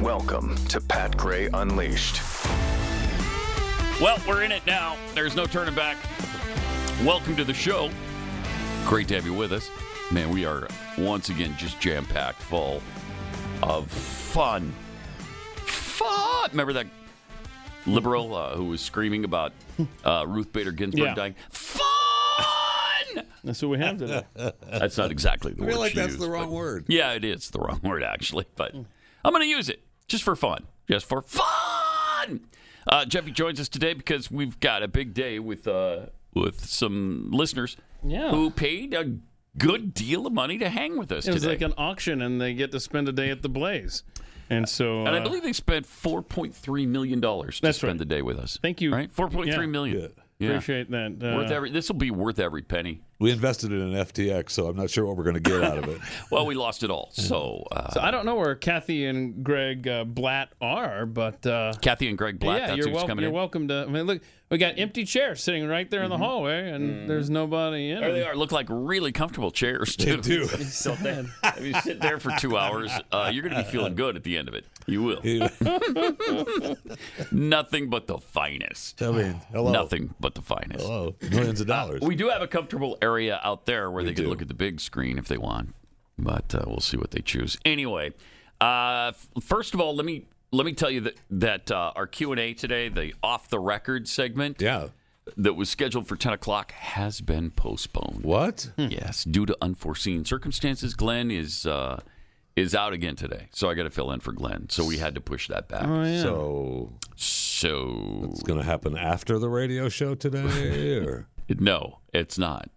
Welcome to Pat Gray Unleashed. Well, we're in it now. There's no turning back. Welcome to the show. Great to have you with us. Man, we are once again just jam packed full of fun. Fun! Remember that liberal uh, who was screaming about uh, Ruth Bader Ginsburg Yeah. dying? Fun! That's what we have today. That's not exactly the I word feel like she that's used, the wrong but- word. Yeah, it is the wrong word actually, but I'm going to use it just for fun. Just for fun. Uh, Jeffy joins us today because we've got a big day with uh, with some listeners Yeah. who paid a good deal of money to hang with us It was today. like an auction, and they get to spend a day at the Blaze. And so, and I uh, believe they spent 4.3 million dollars to That's spend right. the day with us. Thank you. Right? 4.3 Yeah. million. Yeah. appreciate that. Uh, Worth every this will be worth every penny. We invested in an FTX, so I'm not sure what we're going to get out of it. Well, we lost it all. So, uh, So I don't know where Kathy and Greg uh, Blatt are, but uh, Kathy and Greg Blatt, yeah, that's you're who's welcome. coming You're in. Mm-hmm. welcome to. I mean, look, we got empty chairs sitting right there in the hallway, and there's nobody in. There they them. are. Look like really comfortable chairs too. do. So then, if you sit there for two hours, uh, you're going to be feeling good at the end of it. You will. Nothing but the finest. I mean, hello. Nothing but the finest. Uh, Hello. Millions of dollars. We do have a comfortable area out there where they can do. look at the big screen if they want, but uh, we'll see what they choose. Anyway, uh, f- first of all, let me let me tell you that that uh, our Q and A today, the off the record segment yeah. that was scheduled for ten o'clock, has been postponed. Hmm. What? Yes, due to unforeseen circumstances, Glenn is uh, is out again today, so I got to fill in for Glenn. So we had to push that back. Oh, So So it's going to happen after the radio show today? or? no, it's not.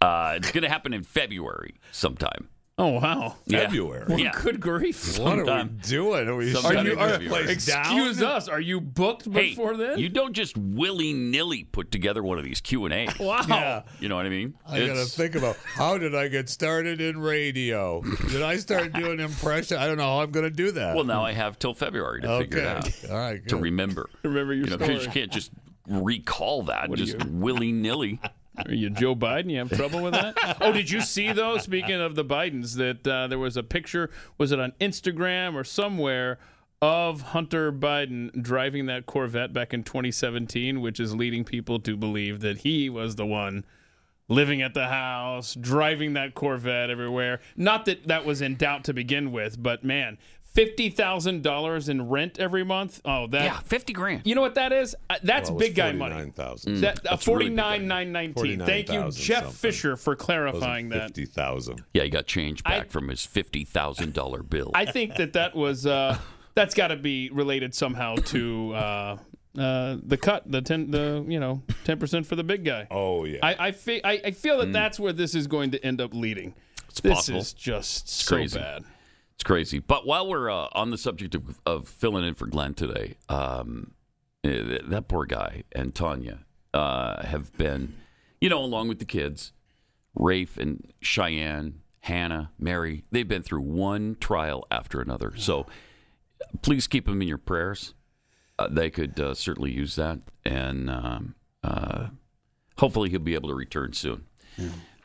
Uh, it's going to happen in February sometime. Oh wow! Yeah. February. Yeah. Good grief! What are we Sometime. doing? Are we Sometime shutting in this February. place down? Excuse us. Are you booked Hey, before then? you don't just willy nilly put together one of these Q and A. wow! Yeah. You know what I mean? I gotta It's- think about how did I get started in radio? Did I start doing impression? I don't know how I'm gonna do that. Well, now I have till February to figure it out. All right. to good. remember. Remember your you know, 'cause you story. can't just recall that do just you- willy nilly. Are you Joe Biden? You have trouble with that? oh, did you see though? Speaking of the Bidens, that uh, there was a picture. Was it on Instagram or somewhere? Of Hunter Biden driving that Corvette back in 2017, which is leading people to believe that he was the one living at the house, driving that Corvette everywhere. Not that that was in doubt to begin with, but man, $50,000 in rent every month. Oh, that. Yeah, fifty grand. You know what that is? Uh, That's Well, it was big guy money. 49,000. That, uh, really big, I 49 think. 919. Thank you, 49,000 Jeff something. Fisher, for Wasn't clarifying that. 50,000. Yeah, he got change I- back from his fifty thousand dollar bill. I think that that was, uh, that's got to be related somehow to uh, uh, the cut, the 10, the, you know, 10% for the big guy. Oh yeah. I, I, fe- I, I feel that that's where this is going to end up leading. It's this possible. is just so crazy. bad. it's crazy. But while we're uh, on the subject of, of filling in for Glenn today, um, eh, that poor guy and Tanya uh, have been, you know, along with the kids, Rafe and Cheyenne, Hannah, Mary, they've been through one trial after another. So please keep them in your prayers. Uh, they could uh, certainly use that, and um, uh, hopefully he'll be able to return soon.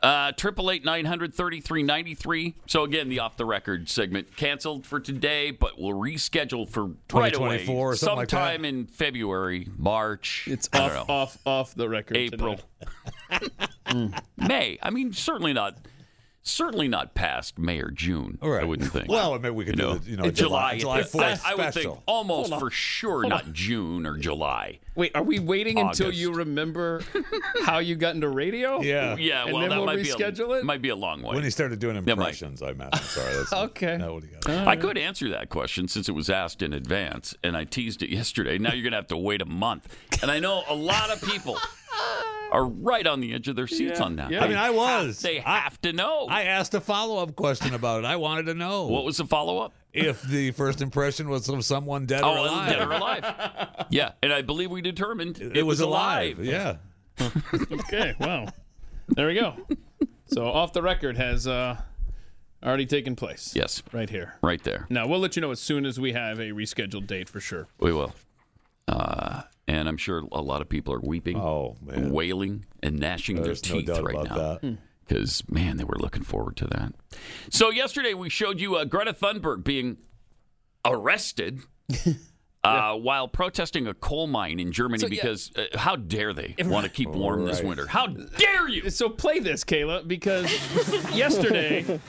Uh, Triple eight nine hundred thirty three ninety three. So again, the off the record segment canceled for today, but we'll reschedule for right away, 2024 or something like that? sometime in February, March. It's I don't off, know, off, off the record. today. April, May. I mean, certainly not, certainly not past May or June. All right. I wouldn't think. Well, I mean, we could do the, you know, July, July it- 4th I, I would think special. almost for sure not June or July. Wait, are we waiting until you August. remember how you got into radio? yeah. Yeah, And well, then that we'll might be reschedule a, it? Might be a long way. When he started doing Yeah, Mike. impressions, I meant. I'm sorry. That's Okay. Not what he got. I could answer that question since it was asked in advance, and I teased it yesterday. Now you're going to have to wait a month, and I know a lot of people are right on the edge of their seats on that. Oh. yeah. I mean, I was. they have to know. I asked a follow up question about it. I wanted to know what was the follow up? if the first impression was of someone dead or Oh, alive. dead or alive? Yeah, and I believe we determined it, was, alive. Yeah. Okay, wow. There we go. So off the record has uh, already taken place. Yes, Right here. right there. Now we'll let you know as soon as we have a rescheduled date for sure. We will. Uh, and I'm sure a lot of people are weeping, Oh, man. wailing, and gnashing There's their no teeth doubt right about now. that. Hmm. because man, they were looking forward to that. So yesterday we showed you uh, Greta Thunberg being arrested uh, while protesting a coal mine in Germany because uh, how dare they want to keep warm this Right. winter? How dare you? So play this, Kayla, because yesterday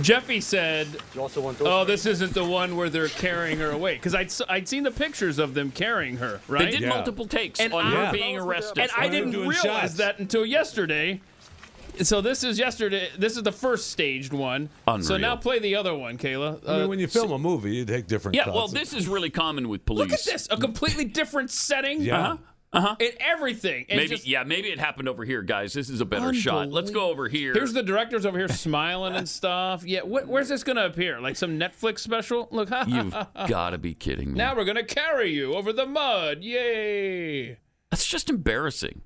Jeffy said, "Oh, this isn't the one where they're carrying her away." Because I'd s- I'd seen the pictures of them carrying her, They right? did Yeah. multiple takes And on I- her being arrested. and I didn't doing realize shots. that until yesterday. So this is yesterday. This is the first staged one. So Unreal. now play the other one, Kayla. I Uh, mean, when you film a movie, you take different. yeah, shots. well, this is really common with police. look at this, a completely different setting. Yeah. Uh-huh. In everything. And Maybe just- yeah, maybe it happened over here, guys. This is a better shot. Let's go over here. Here's the directors over here smiling and stuff. Yeah, wh- where's this gonna appear? Like some Netflix special? Look, ha, ha, You've got to be kidding me. now we're gonna carry you over the mud. Yay! That's just embarrassing.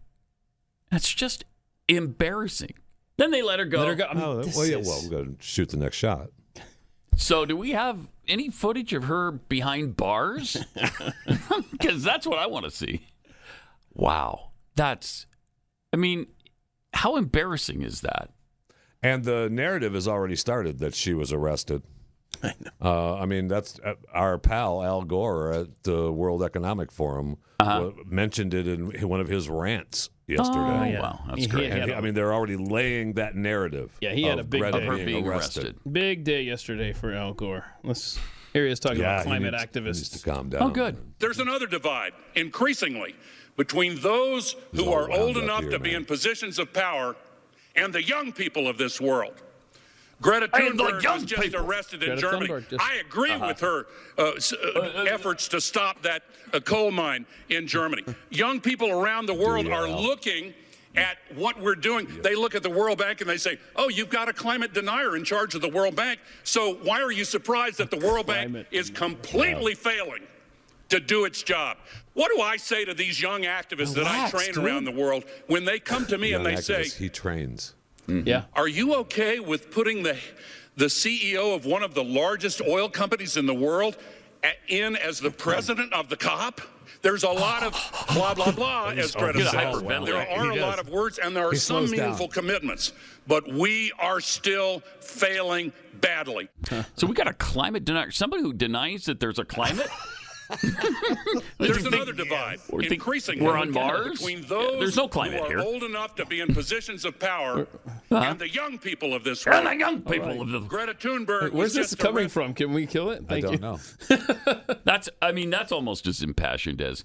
That's just embarrassing. Then they let her go. Let her go. I mean, Oh, this well, yeah. is- Well, we're going to shoot the next shot. So, do we have any footage of her behind bars? Because that's what I want to see. Wow, that's. I mean, how embarrassing is that? And the narrative has already started that she was arrested. I know. Uh, I mean, that's uh, our pal Al Gore at the World Economic Forum wa- mentioned it in one of his rants yesterday. Uh-huh. Oh, wow, that's He- great. he had And, a I mean, they're already laying that narrative. Yeah, he had a big Greta Of her day. being arrested. big day yesterday for Al Gore. Let's here he is talking Yeah, about he climate needs- he needs activists. to calm down. Oh, good. There's another divide, increasingly, between those He's who all are wound old up enough here, to be man. in positions of power and the young people of this world. Greta I am the Thunberg young was just people. arrested in Greta Germany. Thunberg just- I agree with her uh, s- uh, efforts to stop that uh, coal mine in Germany. young people around the world are looking at what we're doing. They look at the World Bank and they say, "Oh, you've got a climate denier in charge of the World Bank. So why are you surprised that the World Bank Climate is completely failing?" to do its job. What do I say to these young activists Relax, that I train dude. around the world when they come to me and Young they activist, say, he trains. Mm-hmm. Yeah. "Are you okay with putting the the CEO of one of the largest oil companies in the world a- in as the president of the COP?" There's a lot of blah blah blah, as Greta Get a says. hyperventilator. There are He a lot does. of words, and there are He some slows down. meaningful commitments, but we are still failing badly. So we got a climate denier. Somebody who denies that there's a climate. There's another divide. Or think increasingly, we're on Mars? between Yeah, those there's no climate who are here. old enough to be in positions of power and the young people of this And world. the young people of the Greta Thunberg. Where's was this just coming arrested. from? Can we kill it? I Thank don't you. know. That's, I mean, that's almost as impassioned as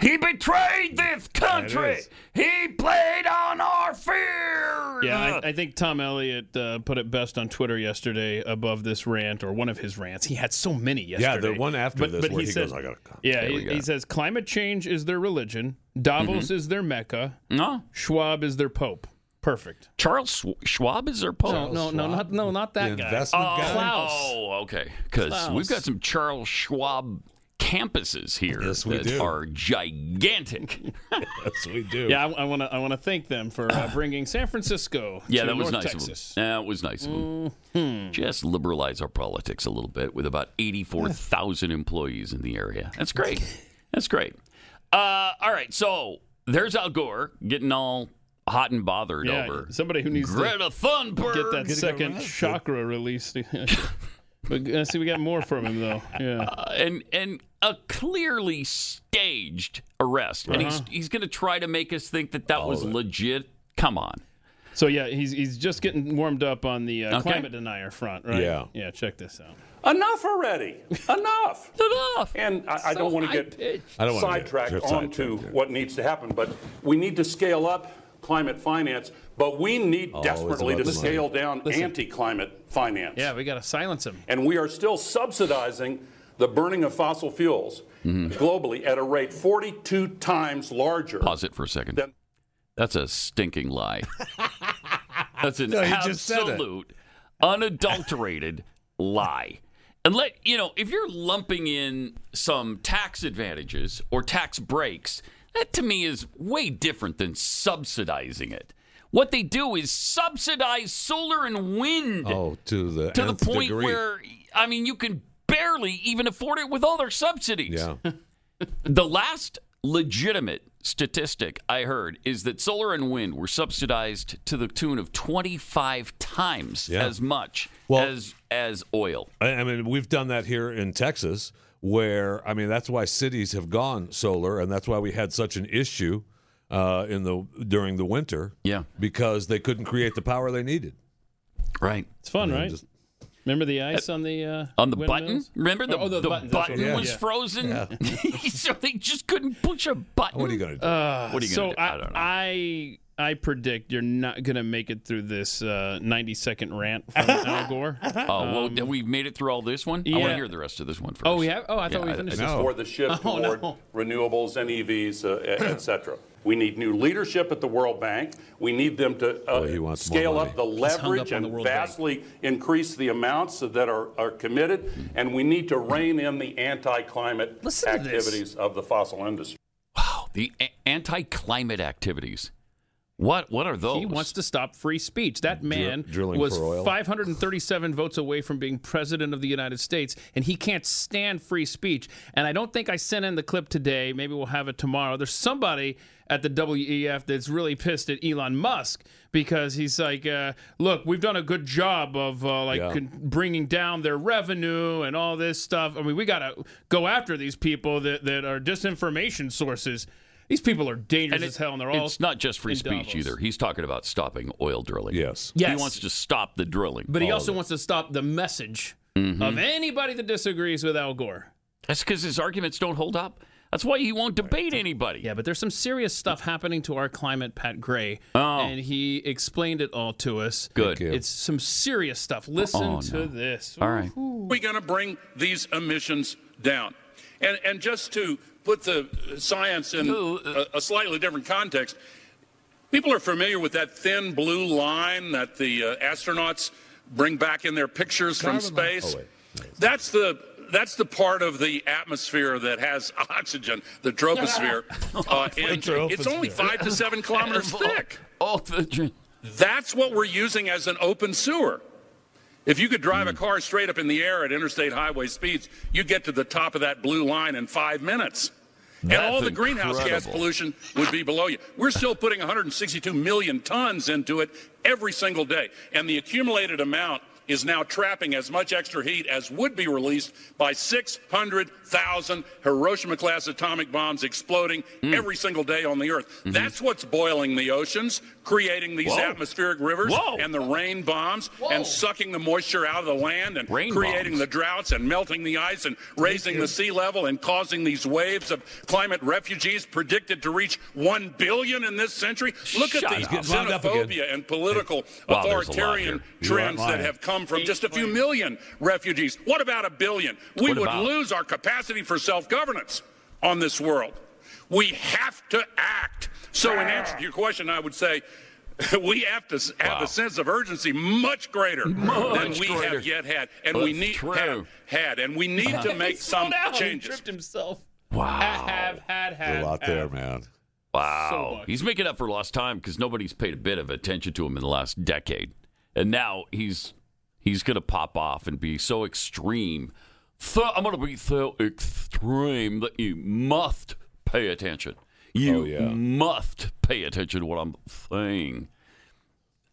he betrayed this country. is. He played on our fear. Yeah, I, I think Tom Elliott uh, put it best on Twitter yesterday above this rant or one of his rants. He had so many Yeah, yesterday. the one after But- this but where he he, said- goes, I got to come. Yeah, he, he says climate change is their religion, Davos is their mecca, Mm-hmm. no, Schwab is their pope. Perfect. Charles Schw- Schwab is their pope. No, no, no, not no, not that guy. investment oh, guy. Klaus. oh, okay. Because we've got some Charles Schwab campuses here Yes, we that do. are gigantic. Yes, we do. Yeah, I want to I want to thank them for uh, bringing San Francisco. yeah, to that was North nice Texas. of them. That was nice of them. Just liberalize our politics a little bit with about 84,000 employees in the area. That's great. That's great. Uh, all right, so there's Al Gore getting all hot and bothered Yeah, over somebody who needs Greta Thunberg. to get that second chakra released. but uh, see, we got more from him though. Yeah, Uh, and and a clearly staged arrest, and he's he's going to try to make us think that that was legit. Come on, so yeah, he's he's just getting warmed up on the uh, Okay. climate denier front, right? Yeah. yeah. Check this out. Enough already. Enough. enough. And I, I don't want to get I don't wanna get sidetracked sidetracked, onto yeah. what needs to happen, but we need to scale up climate finance, but we need desperately Oh, to about the money. scale down anti climate finance. Yeah, we gotta silence him. And we are still subsidizing the burning of fossil fuels globally at a rate 42 times larger. Pause it for a second. Then- That's a stinking lie. That's an he just said it. absolute, unadulterated lie. And let you know if you're lumping in some tax advantages or tax breaks, that to me is way different than subsidizing it. What they do is subsidize solar and wind. Oh, to the to the nth point degree. where I mean you can barely even afford it with all their subsidies. Yeah. The last legitimate statistic I heard is that solar and wind were subsidized to the tune of 25 times Yeah. as much Well- as as oil. I, I mean, we've done that here in Texas, where I mean that's why cities have gone solar, and that's why we had such an issue uh, in the during the winter. Yeah. because they couldn't create the power they needed. Right. It's fun, right? just- Remember the ice on the uh, On the button? windmills? Remember the, Oh, the, the buttons, that's button what it was was, yeah. frozen? so they just couldn't push a button. What are you gonna do? What are you Uh, so gonna do? I, don't know. I, I predict you're not gonna make it through this uh, 90 second rant from Al Gore. uh-huh. Um, oh, well, we've made it through all this one? I want to yeah. hear the rest of this one first. Oh, we have. Oh, Yeah, I thought we I- finished. I this. for the shift Oh, toward no. renewables and EVs, uh, et et cetera. We need new leadership at the World Bank. We need them to uh, he wants more scale money. up the hung leverage up and on the World Bank. vastly increase the amounts that are, are committed. And we need to rein in the anti-climate Listen to this. activities of the fossil industry. Wow, the a- anti-climate activities. What what are those? He wants to stop free speech. That man drilling was for oil. 537 votes away from being president of the United States, and he can't stand free speech. And I don't think I sent in the clip today. Maybe we'll have it tomorrow. There's somebody at the WEF that's really pissed at Elon Musk because he's like, uh, "Look, we've done a good job of uh, like Yeah. con- bringing down their revenue and all this stuff. I mean, we gotta go after these people that that are disinformation sources." These people are dangerous And as it- hell, and they're all It's not just free in speech Davos. either. He's talking about stopping oil drilling. yes. He Yes. wants to stop the drilling. Mm-hmm. But he also wants to stop the message of anybody that disagrees with Al Gore. That's because his arguments don't hold up. That's why he won't debate anybody. Yeah, but there's some serious stuff happening to our climate, Pat Gray. Oh. And he explained it all to us. Good. you. It's some serious stuff. Listen Oh, to no. this. All right. we going to bring these emissions down? And, and just to put the uh, science in No, uh, a, a slightly different context, people are familiar with that thin blue line that the uh, astronauts bring back in their pictures from Oh, space. That's the that's the part of the atmosphere that has oxygen, the troposphere. Uh, and it's only five to seven kilometers thick. All the dr- That's what we're using as an open sewer. If you could drive a car straight up in the air at interstate highway speeds, you'd get to the top of that blue line in five minutes. and all the greenhouse gas incredible. pollution would be below you. We're still putting 162 million tons into it every single day. And the accumulated amount is now trapping as much extra heat as would be released by 600,000 Hiroshima class atomic bombs exploding every single day on the Earth. That's what's boiling the oceans, creating these Whoa. atmospheric rivers Whoa. and the rain bombs and sucking the moisture out of the land and Rain creating bombs. the droughts and melting the ice and raising the sea level and causing these waves of climate refugees predicted to reach 1 billion in this century. Look Shut at the up. He's getting wound up again. xenophobia and political Wow, there's a lot authoritarian here. You aren't trends that lying. have come from just a few million refugees. What about a billion? We What would about? lose our capacity for self governance on this world. We have to act. So, in answer to your question, I would say we have to s- have Wow. a sense of urgency much greater than Much we greater. have yet had, and we That's need true. have had, and we need to make Slow some down. He changes. tripped himself. Wow. Have, had, had. a lot had. there, man. Wow. much. he's making up for lost time because nobody's paid a bit of attention to him in the last decade. And now he's he's going to pop off and be so extreme. So, I'm going to be so extreme that you must pay attention. You Oh, yeah. must pay attention to what I'm saying.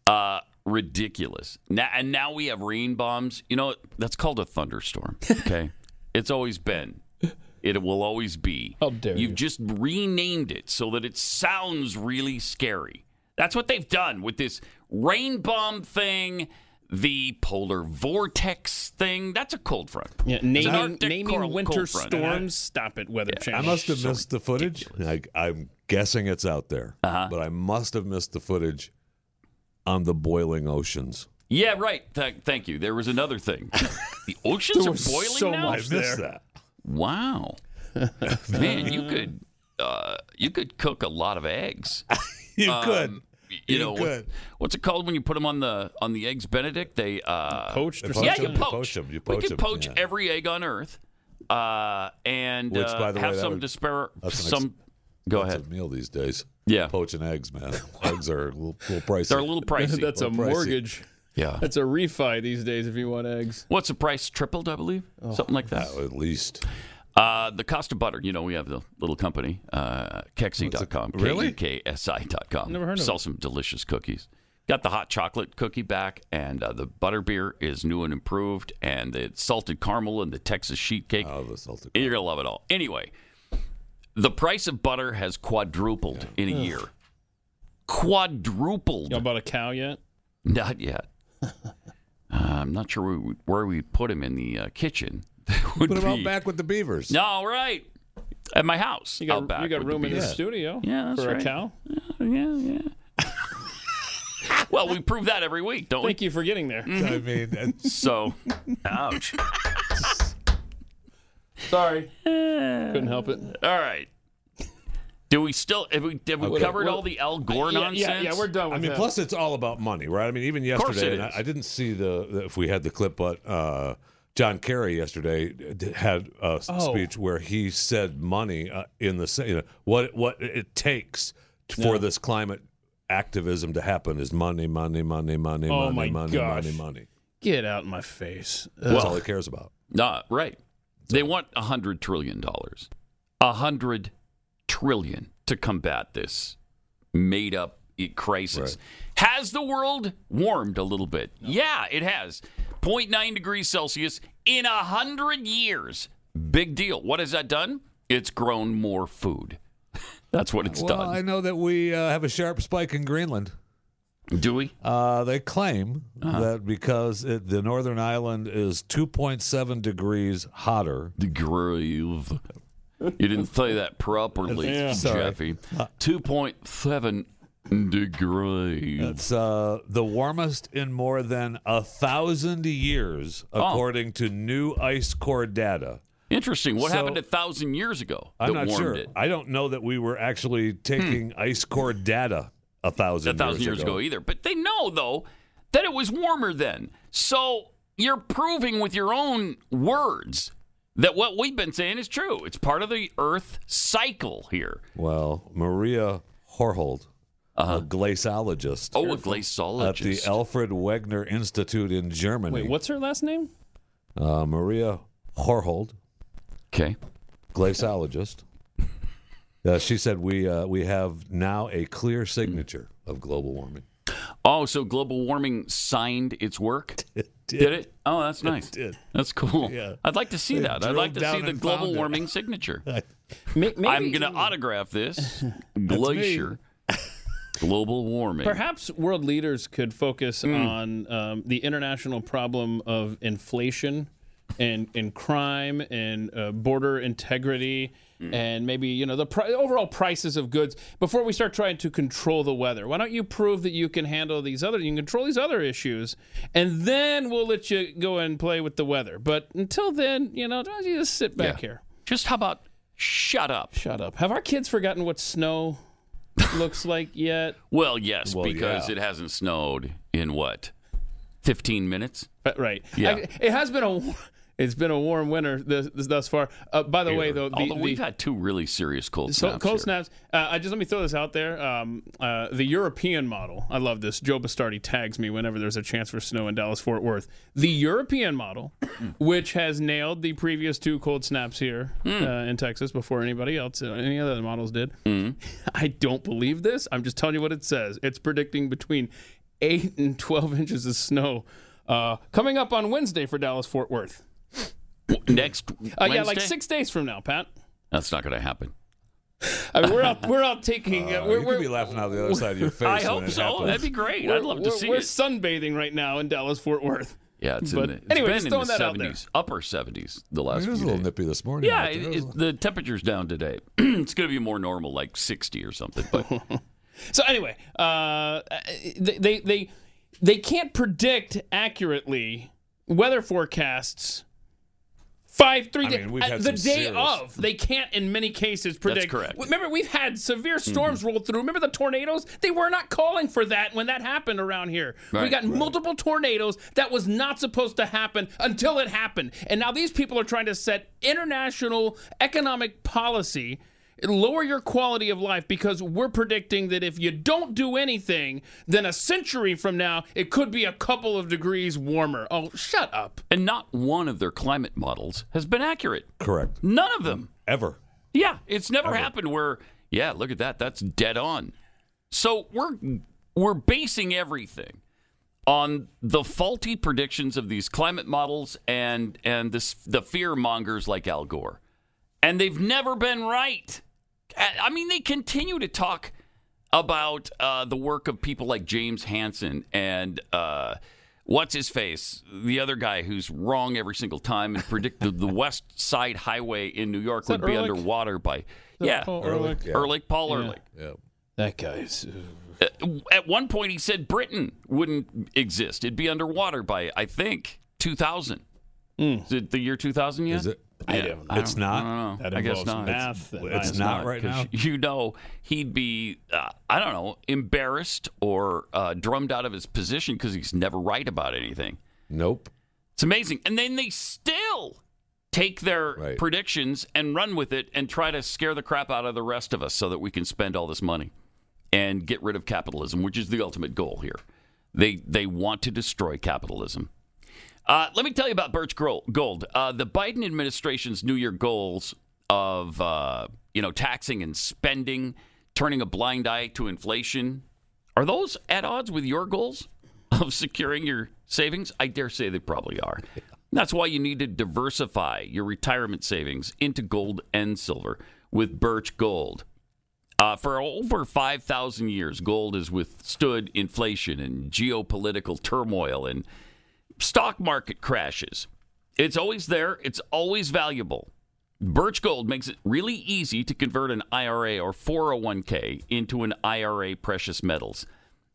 Uh, ridiculous. Now, and now we have rain bombs. You know, that's called a thunderstorm. Okay. it's always been. It will always be. How dare You've you. just renamed it so that it sounds really scary. That's what they've done with this rain bomb thing, the polar vortex thing. That's a cold front. Yeah, It's an naming Arctic naming cold- winter cold front. storms. Stop it, Weather I Channel. must have missed the footage. I, I'm guessing it's out there, uh-huh. but I must have missed the footage on the boiling oceans. Yeah, right. Th- thank you. There was another thing. the oceans are boiling so now. much missed that. Wow, man, you could uh, you could cook a lot of eggs. You could. Um, y- you, know what- could. what's it called when you put them on the on the eggs Benedict? They uh, Poached or Poached yeah, them. you You poach. poach them, you we poach could them, poach yeah. every egg on Earth, uh, and Which, uh, by the way, have that some would- disparate that's an ex- some. Go That's ahead. a meal these days. Yeah. Poaching eggs, man. eggs are a little, little pricey. They're a little pricey. That's a pricey. mortgage. yeah. That's a refi these days if you want eggs. Oh. What's the price? Tripled, I believe, something like that. at least. Uh, the cost of butter, you know, we have the little company, uh, Kexi.com. Really? K-E-K-S-I.com. Never heard of Sell it. some delicious cookies. Got the hot chocolate cookie back, and uh, the butter beer is new and improved, and the salted caramel and the Texas sheet cake. Oh, the salted. You're going to love it all. Anyway, the price of butter has quadrupled in a year. Quadrupled. Y'all bought a cow yet? Not yet. Uh, I'm not sure we, where we put him in the uh, kitchen. That would Put them be- out back with the beavers. No, all right. At my house. You got out back you got with the room in the bees. studio Yeah, that's for right. a cow. Yeah, yeah. well, we prove that every week, don't Mm-hmm. Thank you for getting there. I mean, we? that's- So, ouch. Sorry, couldn't help it. Uh, All right. Do we still have we, have we covered all the Al Gore yeah, nonsense? yeah, yeah, we're done with I mean, that. plus it's all about money, right? I mean, even course it yesterday, and I, is. I didn't see the, the if we had the clip, but uh, John Kerry yesterday d- had a Oh. s- speech where he said money uh, in the sa- you know what what it takes t- for this climate activism to happen is money, money, money, money, Oh money, my money, gosh. money, money. Get out of my face. Ugh. That's all he cares about. Nah, right. They want a hundred trillion dollars. A hundred trillion to combat this made up e- crisis. Has the world warmed a little bit? Yeah, it has. 0.9 degrees Celsius in a hundred years. Big deal. What has that done? It's grown more food. That's what it's well, done. I know that we uh, have a sharp spike in Greenland. Do we? Uh-huh. Uh, they claim that because it, the northern island is 2.7 degrees hotter The grave. You didn't say that properly, Sorry. Uh, Jeffy. 2.7 degrees. It's uh, the warmest in more than a thousand years, Oh. according to new ice core data. Interesting. What So- happened a thousand years ago that I'm not warmed sure. it? Hmm. I don't know that we were actually taking ice core data a thousand, A thousand years, ago. either. But they know though that it was warmer then. So you're proving with your own words that what we've been saying is true. It's part of the Earth cycle here. Well, Maria Horhold, a glaciologist Uh-huh. Oh, a Uh, at the glaciologist. Alfred Wegener Institute in Germany. Wait, what's her last name? Uh, Maria Horhold, okay. glaciologist. Uh, she said we uh, we have now a clear signature of global warming. Oh, so global warming signed its work. Did, it? Oh, that's nice. did. That's cool. Yeah. I'd like to see They that. I'd like drilled to down see the and global found it. warming signature. Ma- Maybe, I'm going to autograph this glacier. global warming. Perhaps world leaders could focus Hmm. on um, the international problem of inflation and, and crime and uh, border integrity Hmm. and maybe you know the pri- overall prices of goods before we start trying to control the weather. Why don't you prove that you can handle these other you can control these other issues and then we'll let you go and play with the weather. But until then, you know, don't you just sit back Yeah. here. Just how about shut up? Shut up. Have our kids forgotten what snow looks like yet? Well, yes, because yeah. it hasn't snowed in what? 15 minutes? But, right. Yeah. I- it has been a it's been a warm winter this, this, thus far. Uh, by the way, though, the, Although we've the had two really serious cold so- snaps. cold here. snaps. Uh, I just let me throw this out there. Um, uh, the European model. I love this. Joe Bastardi tags me whenever there's a chance for snow in Dallas Fort Worth. The European model, which has nailed the previous two cold snaps here Hmm. uh, in Texas before anybody else, uh, any other models did. Mm-hmm. I don't believe this. I'm just telling you what it says. It's predicting between eight and 12 inches of snow uh, coming up on Wednesday for Dallas Fort Worth. Next Uh, yeah, like Wednesday? six days from now, Pat. That's not going to happen. I mean, we're out. We're out taking. Uh, Uh, we're, you we're- could be laughing out the other side of your face. I when hope it so. happens. That'd be great. I'd love to we're- see We're it. sunbathing right now in Dallas Fort Worth. yeah, it's in but the, it's anyway, been just in throwing the that out there. 70s, upper 70s the last It was a few little days. nippy this morning. Yeah, but it, it was- it- the temperature's down today. it's going to be more normal, like 60 or something. But So anyway, uh, they, they they they can't predict accurately weather forecasts. Five, three days. mean, we've had some the day serious- of, they can't in many cases predict. correct. Remember, we've had severe Mm-hmm. storms roll through. Remember the tornadoes? They were not calling for that when that happened around here. We Right. got multiple tornadoes that was not supposed to happen until it happened. And now these people are trying to set international economic policy lower your quality of life because we're predicting that if you don't do anything, then a century from now, it could be a couple of degrees warmer. Oh, shut up. And not one of their climate models has been accurate. Correct. None of them. Ever. Yeah, it's never happened where yeah, look at that. That's dead on. So we're we're basing everything on the faulty predictions of these climate models and and this the fear mongers like Al Gore. And they've never been right. I I mean, they continue to talk about uh, the work of people like James Hansen and uh, what's his face, the other guy who's wrong every single time and predicted the West Side Highway in New York would be Ehrlich? underwater by yeah, Paul Ehrlich, Ehrlich. yeah. Ehrlich, Paul Ehrlich. That guy is. Uh, At one point, he said Britain wouldn't exist; it'd be underwater by I think 2000. Is it the year 2000 yet? Is it? Yeah, I Hmm. don't don't- It's not? I don't know. That I guess involves not. Math. and It's science. not right 'cause now. You know, he'd be, uh, I don't know, embarrassed or uh, drummed out of his position because he's never right about anything. Nope. It's amazing. And then they still take their Right. predictions and run with it and try to scare the crap out of the rest of us so that we can spend all this money and get rid of capitalism, which is the ultimate goal here. They they want to destroy capitalism. Uh, let me tell you about Birch Gro- Gold. Uh, the Biden administration's New Year goals of uh, you know taxing and spending, turning a blind eye to inflation, are those at odds with your goals of securing your savings? I dare say they probably are. That's why you need to diversify your retirement savings into gold and silver with Birch Gold. Uh, for over 5,000 years, gold has withstood inflation and geopolitical turmoil and stock market crashes. It's always there, it's always valuable. Birch Gold makes it really easy to convert an IRA or 401k into an IRA precious metals.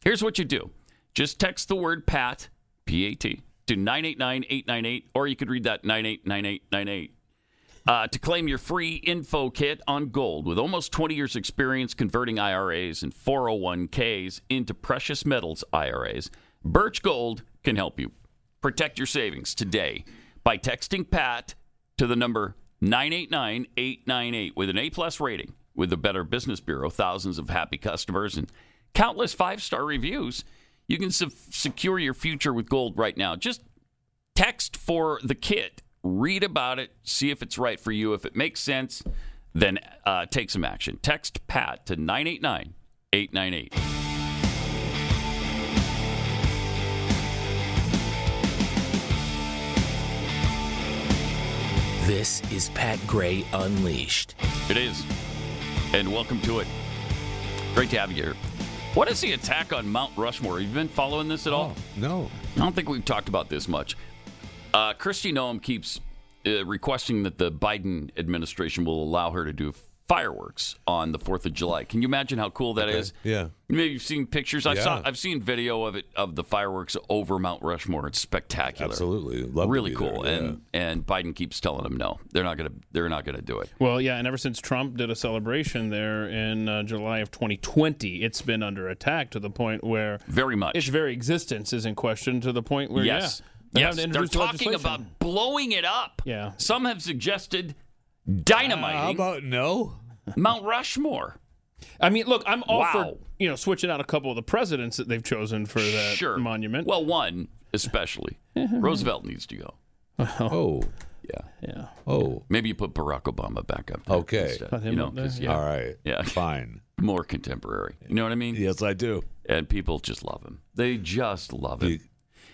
Here's what you do just text the word PAT, P A T, to 989898, or you could read that 989898 uh, to claim your free info kit on gold with almost 20 years experience converting IRAs and 401ks into precious metals IRAs. Birch Gold can help you protect your savings today by texting Pat to the number 989898 with an A plus rating with the Better Business Bureau, thousands of happy customers and countless five-star reviews. You can se- secure your future with gold right now. Just text for the kit. Read about it, see if it's right for you. If it makes sense, then uh, take some action. Text PAT to 989 898. This is Pat Gray Unleashed. It is. And welcome to it. Great to have you here. What is the attack on Mount Rushmore? Have you been following this at all? Oh, No. I don't think we've talked about this much. Uh, Christy Noem keeps uh, requesting that the Biden administration will allow her to do fireworks on the Fourth of July. Can you imagine how cool that is? Yeah. Maybe you've seen pictures. I saw. Yeah. I've seen video of it of the fireworks over Mount Rushmore. It's spectacular. Absolutely. Love to really be cool. there, And and Biden keeps telling them no. They're not gonna. They're not gonna do it. Well, yeah, and ever since Trump did a celebration there in uh, July of 2020, it's been under attack to the point where Very much. its very existence is in question. To the point where, yes. yeah, they're yes. having to They're introduce talking legislation. about blowing it up. Yeah. Some have suggested How dynamiting about no? Mount Rushmore. I mean, look, I'm all Wow. for you know switching out a couple of the presidents that they've chosen for that sure. monument. Well, one especially. Roosevelt needs to go. Oh. Yeah. yeah, Oh. Maybe you put Barack Obama back up. there Okay. instead, Put him You know, up there, 'cause, yeah, All right. Yeah. Fine. more contemporary. You know what I mean? Yes, I do. And people just love him. They just love him. You-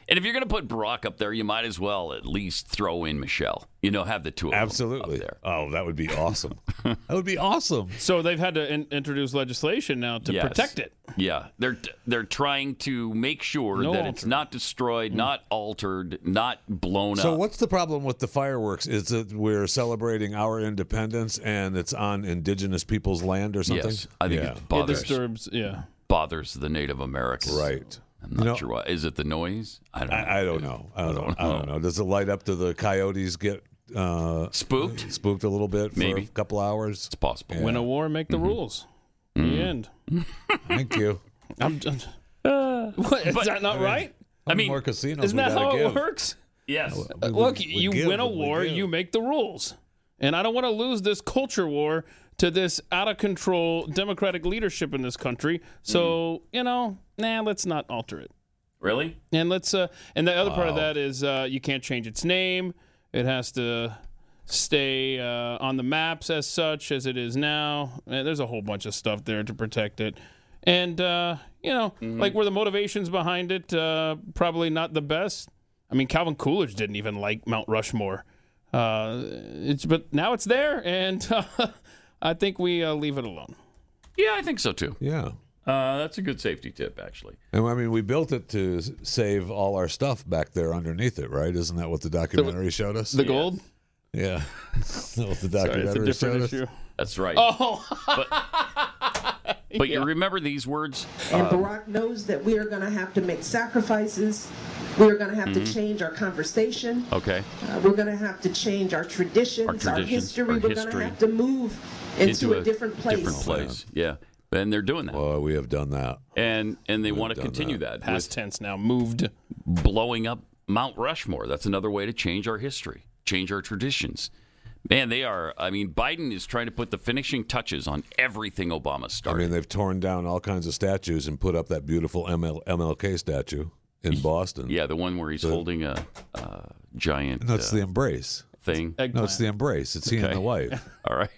and if you're going to put Barack up there, you might as well at least throw in Michelle. You know, have the two of Absolutely. them up Oh, that would be awesome. that would be awesome. so they've had to in- introduce legislation now to Yes. protect it. there. Yeah, they're they're trying to make sure No Mm. that it's alter. not destroyed, not altered, not blown So up. what's the problem with the fireworks? Is that we're celebrating our independence and it's on indigenous people's land or something? Yes, I think yeah. it It bothers disturbs, yeah. bothers the Native Americans. right. I'm not You know- sure why. Is it the noise? I don't. know. I, I don't know. I don't know. I don't know. Does it light up? Do the coyotes get uh, Spooked? It's spooked a little bit for Maybe. a couple hours? possible. Mm. Win a war, make Mm-hmm. the rules. Mm. The end. Thank you. I'm, I'm- What, is that not right? How many mean, more casinos. Isn't we that gotta how it give? Uh, works? Uh, Yes. Look, we you give win a and we war, give. you make the rules. And I don't want to lose this culture war to this out of control democratic leadership in this country. So, you know, nah, let's not alter it. Really? And let's uh and the other part of that is uh you can't change its name. It has to stay uh, on the maps as such as it is now. Uh, There's a whole bunch of stuff there to protect it. And uh, you know, Mm-hmm. like were the motivations behind it uh probably not the best. I mean, Calvin Coolidge didn't even like Mount Rushmore. Uh it's but now it's there and I think we uh, leave it alone. Yeah, I think so too. Yeah. Uh, that's a good safety tip, actually. And I mean, we built it to s- save all our stuff back there underneath it, right? Isn't that what the documentary showed us? The gold? yeah. Isn't that what the Sorry, documentary it's a showed different us? issue. That's right. Oh, but you remember these words? Uh, And Barack knows that we are going to have to make sacrifices. We are going to have to change our conversation. Mm-hmm. Okay. Uh, we're going to have to change our traditions, our, traditions, history. our we're going history. to have to move into, a, different place. Different place. Yeah. And they're doing that. Boy, we have done that. and and they want to done continue that, past tense now moved. with blowing up Mount Rushmore. That's another way to change our history, change our traditions. Man, they are. I mean, Biden is trying to put the finishing touches on everything Obama I started. mean, they've torn down all kinds of statues and put up that beautiful ML- MLK statue in Boston. yeah, the one where he's holding a, a giant No, it's uh, the embrace. thing. No, it's the embrace. It's he and Okay. the wife. All right.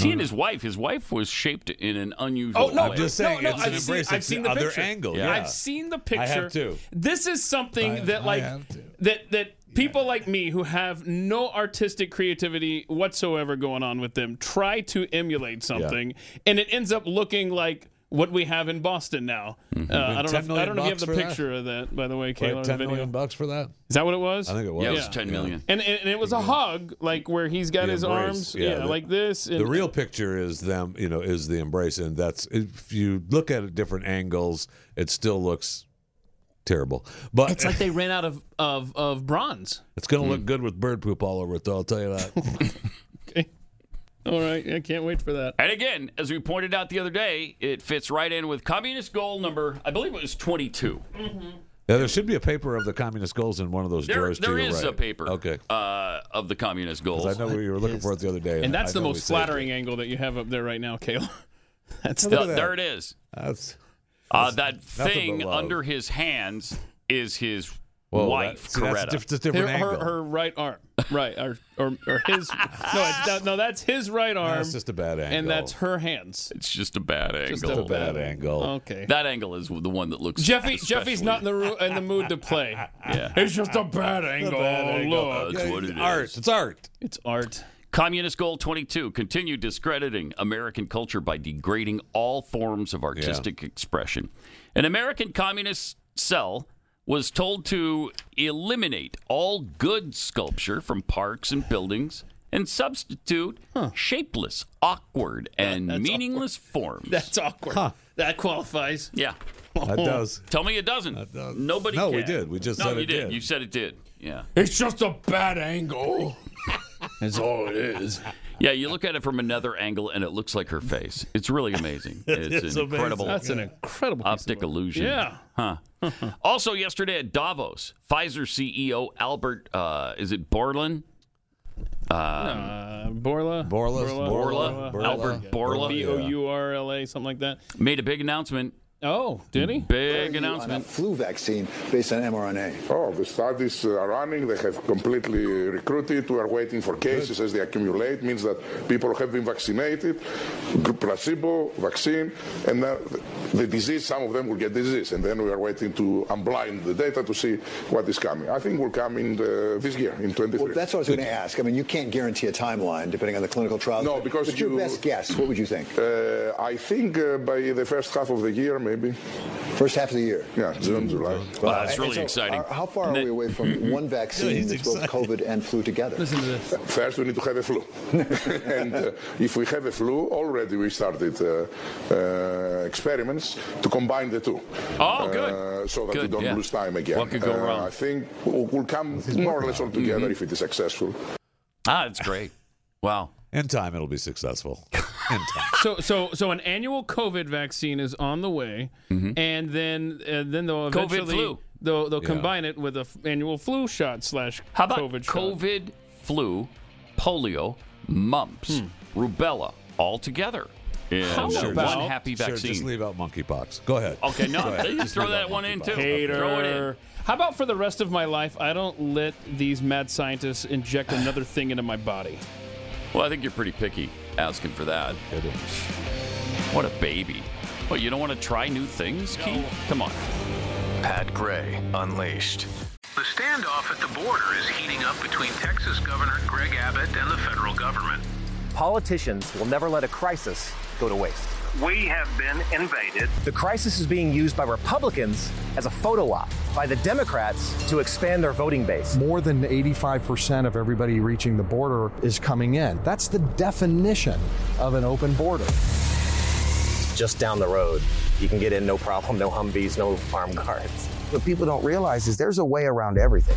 He and his wife. His wife was shaped in an unusual Oh, no, way. I'm just saying, no, no, it's I've an seen- embrace. I've it's seen the the other picture. angle. Yeah. Yeah. I've seen the picture. I have too. This is something I- that I like have too. that that people like me who have no artistic creativity whatsoever going on with them try to emulate something, and it ends up looking like. What we have in Boston now. Mm-hmm. Uh, I don't 10 know. If, I million don't know if you have the bucks for that? picture of that, by the way, Like Kayla. on the 10 video. million bucks for that? Is that what it was? I think it was. yeah, it was ten million. And, and, and it was a hug, like where he's got The his embrace. arms, yeah, Yeah, the- like this. And, The real picture is them, you know, is the embrace, and that's if you look at it different angles, it still looks terrible. But it's, it's like they ran out of of, of bronze. going to Hmm. look good with bird poop all over it, though. I'll tell you that. All right, I can't wait for that. And again, as we pointed out the other day, it fits right in with communist goal number, I believe it was 22. yeah, there should be a paper of the communist goals in one of those There, drawers. to there your is right. a paper Okay, uh, of the communist goals. 'Cause I know we were looking for it the other day, And that's I the know we most saved flattering angle that you have up there right now, Kayla. That's Uh, the, that. there it is. It. That's Uh, that but thing love. under his hands is his well, wife, that, see, that's Coretta. diff- it's a her, different her, angle. her right arm, right, or or, or his. no, it's, that- no, that's his right arm, that's just a bad angle. and that's her hands. it's just a bad angle. a a bad angle. Okay, That angle is the one that looks. Jeffy especially- Jeffy's not in the ru- in the mood to play. Yeah. It's just a bad angle. Uh, Look, that's what it art. is. It's art. it's art. Communist Goal 22 continue discrediting American culture by degrading all forms of artistic expression. An American communist cell was told to eliminate all good sculpture from parks and buildings and substitute shapeless, awkward, and meaningless forms. That's awkward. That qualifies. Oh. yeah. That does. Tell me it doesn't. Nobody No, we can. did. We just No, said you it did. did. You said it did. Yeah. It's just a bad angle. That's all it is. Yeah, you look at it from another angle and it looks like her face. It's really amazing. it's an incredible That's an incredible piece of optic work. illusion. Yeah. Huh. also, yesterday at Davos, Pfizer CEO Albert, uh, is it Borland? Uh, Borla. Borla's- Borla? Borla. Borla. Albert Borla? B O U R L A, something like that. Made a big announcement. Oh, did he? Big announcement. flu vaccine based on mRNA. Oh, the studies are running. They have completely recruited. We are waiting for cases as they accumulate. Means that people have been vaccinated, gr- placebo, vaccine, and now th- the disease. Some of them will get disease, and then we are waiting to unblind the data to see what is coming. I think will come in the, this year in 23. Well, that's what I was going to ask. I mean, you can't guarantee a timeline depending on the clinical trial. No, because but your you- best guess, what would you think? Uh, I think uh, by the first half of the year, maybe. First half of the year. Yeah, June, July. Wow, that's And really so, exciting. are- how far are we away from one vaccine that's both COVID and flu together? First, we need to have a flu. and uh, if we have a flu, already we started uh, uh, experiments to combine the two. Oh, good. Uh, so that we Good, don't yeah. lose time again. What could go Uh, wrong? Mm-hmm. I think we'll, we'll come more or less all together if it is successful. Ah, it's great. Wow. In time, it'll be successful. In time. So, so, so, an annual COVID vaccine is on the way, and then, uh, then they'll Mm-hmm. COVID eventually flu. they'll they'll combine it with a f- annual flu shot slash How about COVID, COVID, shot. Hmm. flu, polio, mumps, rubella, altogether. And How uh, about- one happy Sure, vaccine? just leave out monkeypox. Go ahead. Okay, no, Go ahead. they just throw leave out that one in monkeypox. too. Hater. Throw it in. How about for the rest of my life, I don't let these mad scientists inject another thing into my body. Well, I think you're pretty picky asking for that. What a baby. Well, you don't want to try new things, Keith? Come on. Pat Gray Unleashed. The standoff at the border is heating up between Texas Governor Greg Abbott and the federal government. Politicians will never let a crisis go to waste. We have been invaded. The crisis is being used by Republicans as a photo op by the Democrats to expand their voting base. More than 85% of everybody reaching the border is coming in. That's the definition of an open border. Just down the road, you can get in no problem, no Humvees, no armed guards. What people don't realize is there's a way around everything.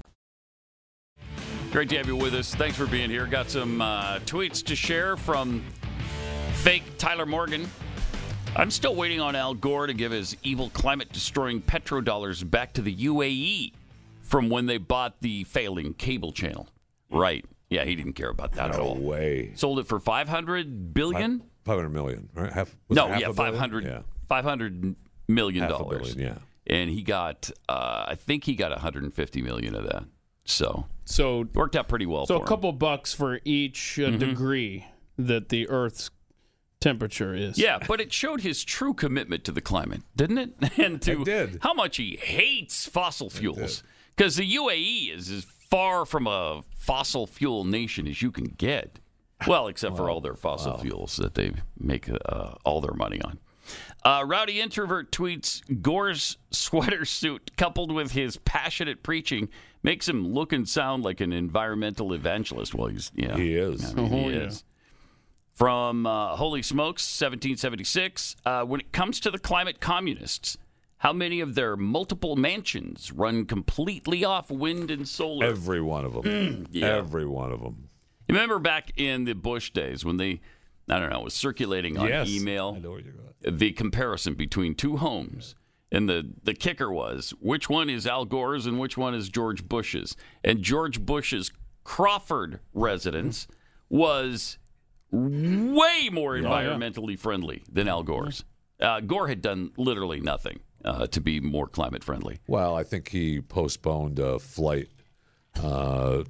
Great to have you with us. Thanks for being here. Got some uh, tweets to share from fake Tyler Morgan. I'm still waiting on Al Gore to give his evil climate destroying petrodollars back to the UAE from when they bought the failing cable channel. Right. Yeah, he didn't care about that at all. way. Sold it for 500 billion? Five hundred million, right? Half, was No, it half yeah, a billion? 500, Yeah. 500 million Half a dollars. billion, yeah. And he got, uh, I think he got 150 million of that. So, so worked out pretty well. so for a couple bucks for each uh, Mhm. degree that the Earth's temperature is. him. Yeah, but it showed his true commitment to the climate, didn't it? And to how much he hates fossil fuels. Because the UAE is as far from a fossil fuel nation as you can get. Well, except for all their fossil fuels that they make uh, all their money on. Uh, Rowdy Introvert tweets Gore's sweater suit, coupled with his passionate preaching, makes him look and sound like an environmental evangelist. Well, he's, yeah. He is. Oh, he yeah. is. From uh, Holy Smokes, 1776. Uh, when it comes to the climate communists, how many of their multiple mansions run completely off wind and solar? Hmm. Every one of them. Yeah. Every one of them. You remember back in the Bush days when they, I don't know, it was circulating on Yes. email the comparison between two homes. And the, the kicker was which one is Al Gore's and which one is George Bush's. And George Bush's Crawford residence was way more Yeah. environmentally friendly than Al Gore's. Uh, Gore had done literally nothing uh, to be more climate friendly. Well, I think he postponed a flight uh,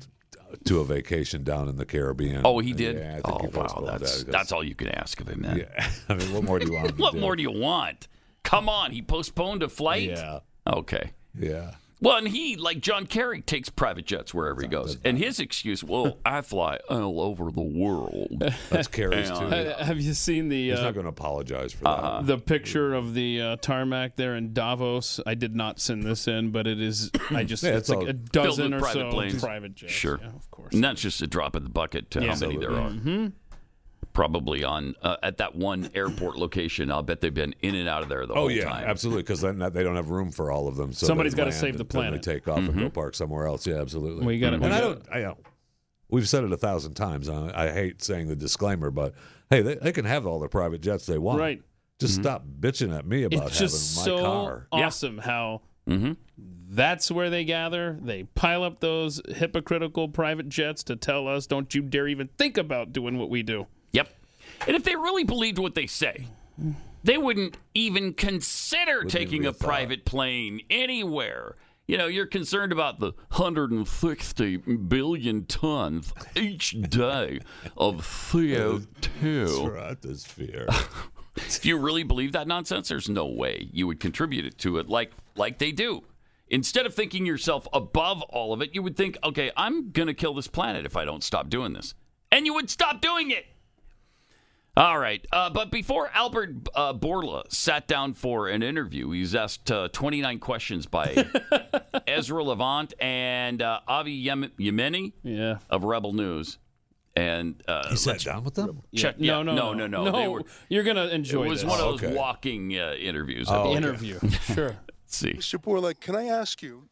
to a vacation down in the Caribbean. Oh, he did? Yeah, I think Oh, he wow, postponed that's- that because- that's all you can ask of him, man. Yeah. I mean, what more do you want? him to What do? more do you want? Come on, he postponed a flight. Yeah. Okay. Yeah. Well, and he, like John Kerry, takes private jets wherever he goes. And his excuse, well, I fly all over the world. That's Kerry's too. Ha- Have you seen the He's uh, not going to apologize for that. uh, the picture of the uh, tarmac there in Davos? I did not send this in, but it is. I just Yeah, it's, it's like all a filled dozen with or private so planes. private jets. Sure. yeah, of course. And that's just a drop in the bucket to Yeah. how many there are. Mhm. Probably on uh, at that one airport location. I'll bet they've been in and out of there the Oh whole yeah, time. absolutely. Because then that- they don't have room for all of them. So Somebody's they gotta land save the and then planet. They take off and go Mhm. park somewhere else. Yeah, absolutely. We gotta- Mm-hmm. And we I gotta- don't. I don't. We've said it a thousand times. and I, I hate saying the disclaimer, but hey, they, they can have all the private jets they want. Right. Just Mm-hmm. stop bitching at me about It's just having my so car. awesome how Mm-hmm. that's where they gather. They pile up those hypocritical private jets to tell us, "Don't you dare even think about doing what we do." Yep. And if they really believed what they say, they wouldn't even consider taking a private plane anywhere. You know, you're concerned about the 160 billion tons each day of CO2. Stratosphere. if you really believe that nonsense, there's no way you would contribute it to it like like they do. Instead of thinking yourself above all of it, you would think, okay, I'm gonna kill this planet if I don't stop doing this, and you would stop doing it. All right, uh, but before Albert uh, Borla sat down for an interview, he was asked uh, 29 questions by Ezra Levant and uh, Avi Yem- Yemeni yeah. of Rebel News. and uh, he sat down with them. Check. Yeah. yeah, No, no, no, no, no. They were, You're gonna enjoy. it was this. one of those walking uh, interviews. I Oh, believe. Interview. Sure. Let's see. Mr. Borla, can I ask you,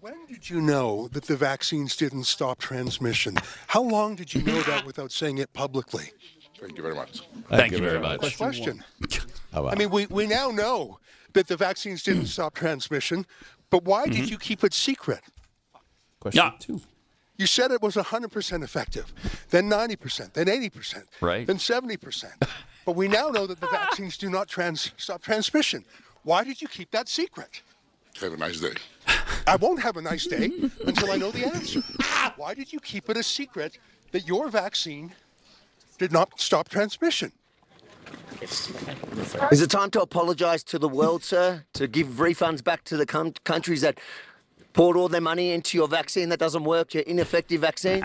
when did you know that the vaccines didn't stop transmission? How long did you know that without saying it publicly? Thank you very much. Thank you very much. Question. Oh, wow. I mean, we, we now know that the vaccines didn't stop transmission, but why did you keep it secret? Question two. You said it was 100% effective, then 90%, then 80%, Right. then 70%. but we now know that the vaccines do not trans- stop transmission. Why did you keep that secret? Have a nice day. I won't have a nice day until I know the answer. Why did you keep it a secret that your vaccine did not stop transmission? Is it time to apologise to the world, sir? To give refunds back to the com- countries that poured all their money into your vaccine that doesn't work, your ineffective vaccine?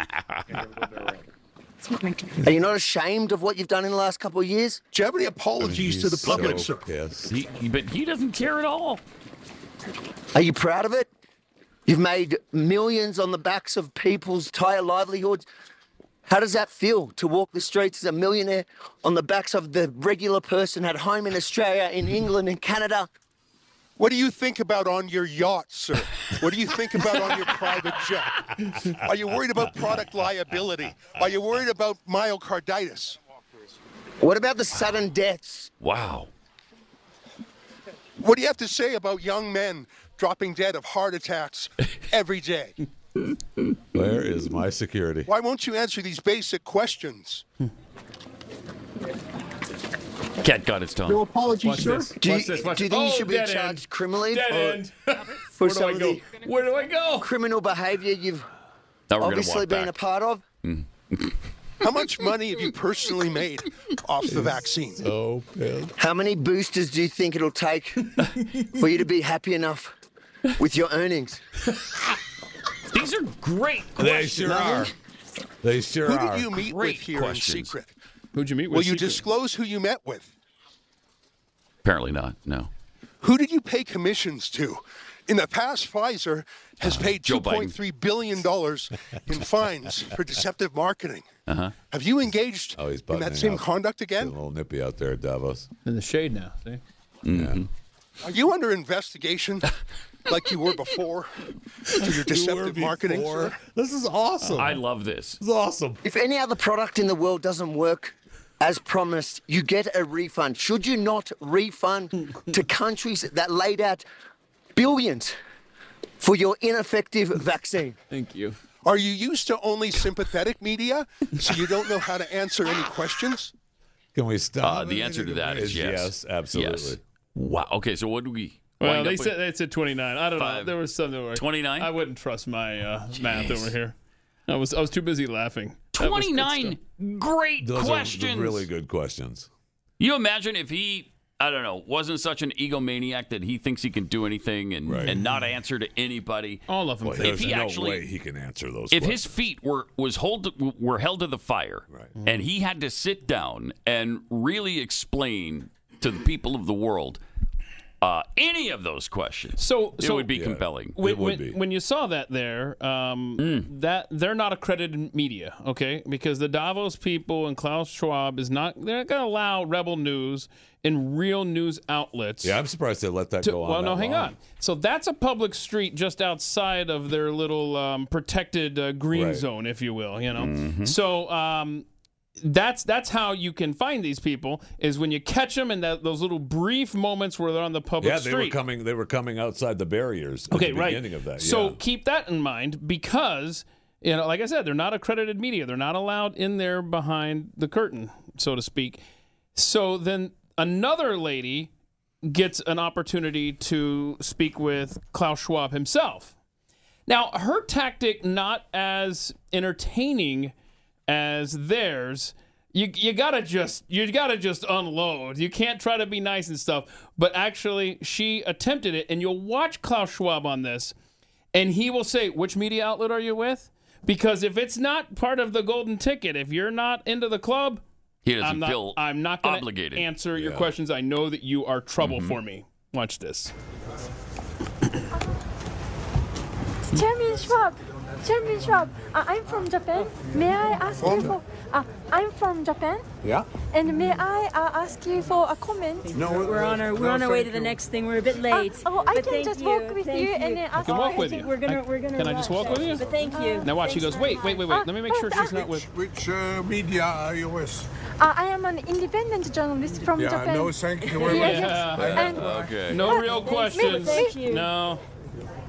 Are you not ashamed of what you've done in the last couple of years? Do you have any apologies to the public, sir? He, he- but he doesn't care at all. Are you proud of it? You've made millions on the backs of people's entire livelihoods. How does that feel to walk the streets as a millionaire on the backs of the regular person at home in Australia, in England, in Canada? What do you think about on your yacht, sir? What do you think about on your private jet? Are you worried about product liability? Are you worried about myocarditis? What about the sudden deaths? Wow. What do you have to say about young men dropping dead of heart attacks every day? Where is my security? Why won't you answer these basic questions? Cat got his tongue. No apology, Watch sir. this. Do you, Watch this, watch do you this. think you Oh, should be dead charged end. criminally Dead for, end. for Where do some I of go? the Where do I go? criminal behaviour you've Now we're gonna obviously walk been back. Hmm. a part of? How much money have you personally made off the vaccine? Oh, How many boosters do you think it'll take for you to be happy enough with your earnings? These are great They sure are. They sure Who are. did you meet with here in secret? Who'd you meet with? Will you secret? disclose who you met with? Apparently not. No. Who did you pay commissions to? In the past, Pfizer has Uh, paid Joe Biden. $2.3 billion dollars in fines for deceptive marketing. Uh Uh-huh. huh. Have you engaged Oh, he's in buttoning that same up. conduct again? A little nippy out there at Davos. In the shade now. See. Yeah. Mm-hmm. Are you under investigation like you were before for your deceptive marketing? sir? This is awesome. I love this. It's awesome. If any other product in the world doesn't work as promised, you get a refund. Should you not refund to countries that laid out billions for your ineffective vaccine? Thank you. Are you used to only sympathetic media so you don't know how to answer any questions? Can we stop? Uh, the answer to that is Is yes. yes, absolutely. Yes. Wow. Okay, so what do we? Well, wind they up said with? they said 29. I don't know. Five. There was something where 29? I wouldn't trust my uh, math Jeez. over here. I was I was too busy laughing. That was good stuff. 29 great Those questions. are really good questions. You imagine if he, I don't know, wasn't such an egomaniac that he thinks he can do anything and, and not answer to anybody. All of them. Boy, If there's he no actually- way he can answer those. If his questions. feet were was hold were held to the fire, and he had to sit down and really explain to the people of the world uh, any of those questions, So- it so- would be Yeah. compelling. Mm. when, when, when you saw that there, um, that they're not accredited media, okay? Because the Davos people and Klaus Schwab is not they're not going to allow rebel news in real news outlets. Yeah, I'm surprised they let that to- go on. well, that no, hang long. on. So that's a public street just outside of their little um, protected uh, green Right. zone, if you will. You know. Mm-hmm. Mhm. So um, that's that's how you can find these people is when you catch them in that, those little brief moments where they're on the public Yeah, they street. were coming. They were coming outside the barriers. At Okay, the right. Beginning of that. So yeah. keep that in mind because you know, like I said, they're not accredited media. They're not allowed in there behind the curtain, so to speak. So then another lady gets an opportunity to speak with Klaus Schwab himself. Now, her tactic not as entertaining as theirs. You, you gotta just you gotta just unload. You can't try to be nice and stuff. But actually, she attempted it, and you'll watch Klaus Schwab on this, and he will say, "Which media outlet are you with?" Because if it's not part of the golden ticket, if you're not into the club, He doesn't I'm not, feel I'm not gonna obligated. Mm-hmm. Answer your Yeah. questions. I know that you are trouble for me. Watch this. Chairman Schwab, Chairman Schwab, uh, I'm from Japan. May I ask you for? Uh, I'm from Japan, Yeah. and may I uh, ask you for a comment? No, we're- We're on our- we're no, on our way to thank the you. next thing. We're a bit late, ah, oh, I but can thank just you, walk with thank you, you. and then I ask. can walk questions. with you. I- Can I just walk with you? Now watch, he goes, wait, wait, wait, wait. Let me make sure she's not with. Which uh, media are you with? Uh, I am an independent journalist from yeah, Japan. no, thank you very Yeah, much. uh, yeah. Yeah. And- Okay. No real questions. Thank you. No.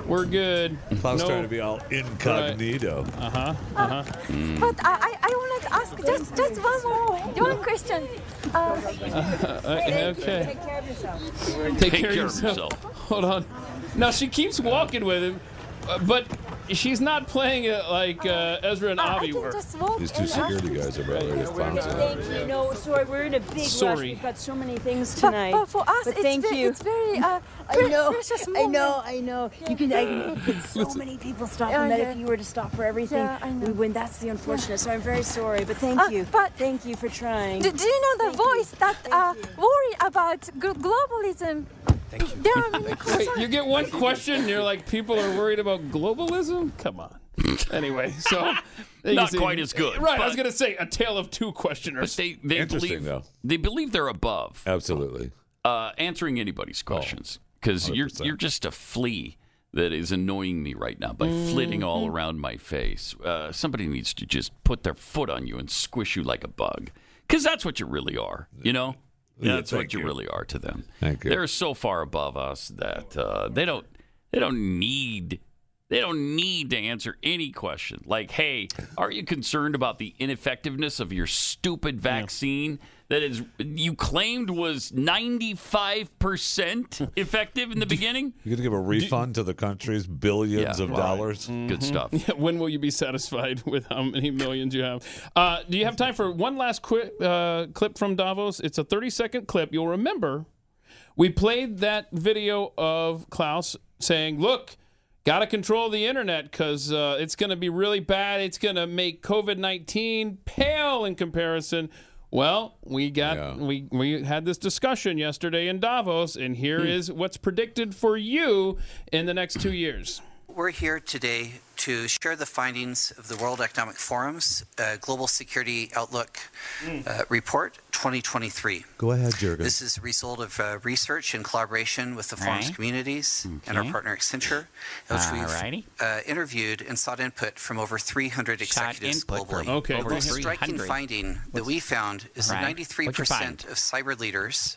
We're good. Klaus no. trying to be all incognito. Uh huh. Uh huh. Mm-hmm. But I, I, I wanted to ask just, just one more, one question. Uh, Uh, okay. care of yourself. Take, care, of yourself. Hold on. Now she keeps walking with him, uh, but she's not playing it like uh, Ezra and Avi were. just walk These two security guys are probably just Thank you. No, sorry, we're in a big rush. Sorry. We've got so many things tonight. But, but for us, But it's, thank ve- you. it's very uh, I know, precious I know, moment. I know. You can, I can, you can- so Listen. many people stop, Yeah, and that yeah. if you were to stop for everything, Yeah, I know. we win. That's the unfortunate. So I'm very sorry, Ah, but thank you. thank you for trying. Do, do you know the voice that uh, worry about gl- globalism? There are many Wait, you get one question, and you're like, people are worried about globalism? Come on. anyway, so. you Not see- quite as good, Right, I but- was going to say, a tale of two questioners. They, they believe, They believe they're above. Absolutely. Oh, Uh, answering anybody's questions because you're you're just a flea that is annoying me right now by flitting all Mm-hmm. around my face. Uh, somebody needs to just put their foot on you and squish you like a bug because that's what you really are. You know, Yeah, that's what thank you, you. really are to them. Thank you. They're so far above us that uh, they don't they don't need. They don't need to answer any question. Like, hey, are you concerned about the ineffectiveness of your stupid vaccine that is you claimed was ninety five percent effective in the beginning? You're gonna give a refund to the country's billions Yeah, of right. dollars. Good stuff. Yeah, when will you be satisfied with how many millions you have? Uh, do you have time for one last quick uh, clip from Davos? It's a 30 second clip. You'll remember we played that video of Klaus saying, look, got to control the internet because uh, it's going to be really bad. It's going to make COVID 19 pale in comparison. Well, we got we we had this discussion yesterday in Davos, and here is what's predicted for you in the next two years. We're here today to share the findings of the World Economic Forum's uh, Global Security Outlook uh, Report 2023. Hmm. Go ahead, Jurgen. This is a result of uh, research and collaboration with the forum's Right. communities and our Okay. partner Accenture, in which Alrighty. we've uh, interviewed and sought input from over 300 executives input globally. from Okay, over the striking 300. finding that What's- we found is that Right. 93% of cyber leaders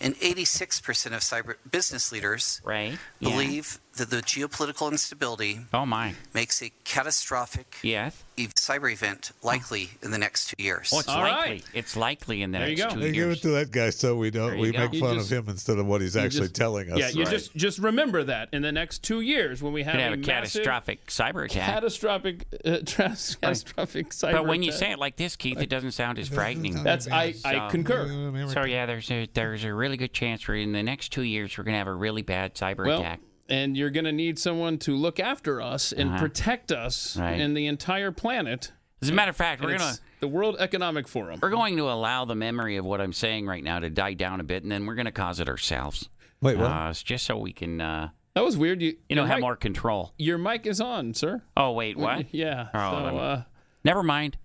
and 86% of cyber business leaders yeah. believe that the geopolitical instability Oh my. makes a catastrophic Yes. e- cyber event likely in the next two years. Oh, it's likely. It's likely in the next two They give years. it to that guy so we There don't you we go. make You fun just- of him instead of what he's you actually just- telling us. Yeah, you Right. just just remember that in the next two years when we have, Could have a massive catastrophic cyber attack. catastrophic, uh, tras- catastrophic cyber. but when you say attack. it like this, Keith, it doesn't sound as frightening. That's- I- I concur. So yeah, there's a, there's a really good chance for in the next two years we're gonna have a really bad cyber well, attack. and you're going to need someone to look after us and Uh-huh. protect us Right. and the entire planet. As a matter of fact, And we're it's gonna- the World Economic Forum. We're going to allow the memory of what I'm saying right now to die down a bit, and then we're gonna cause it ourselves. Wait, what? Uh, it's just so we can uh, That was weird. You you know your have mic- more control. Your mic is on, sir. Oh wait, what? Yeah. Oh, so, then- uh, never mind.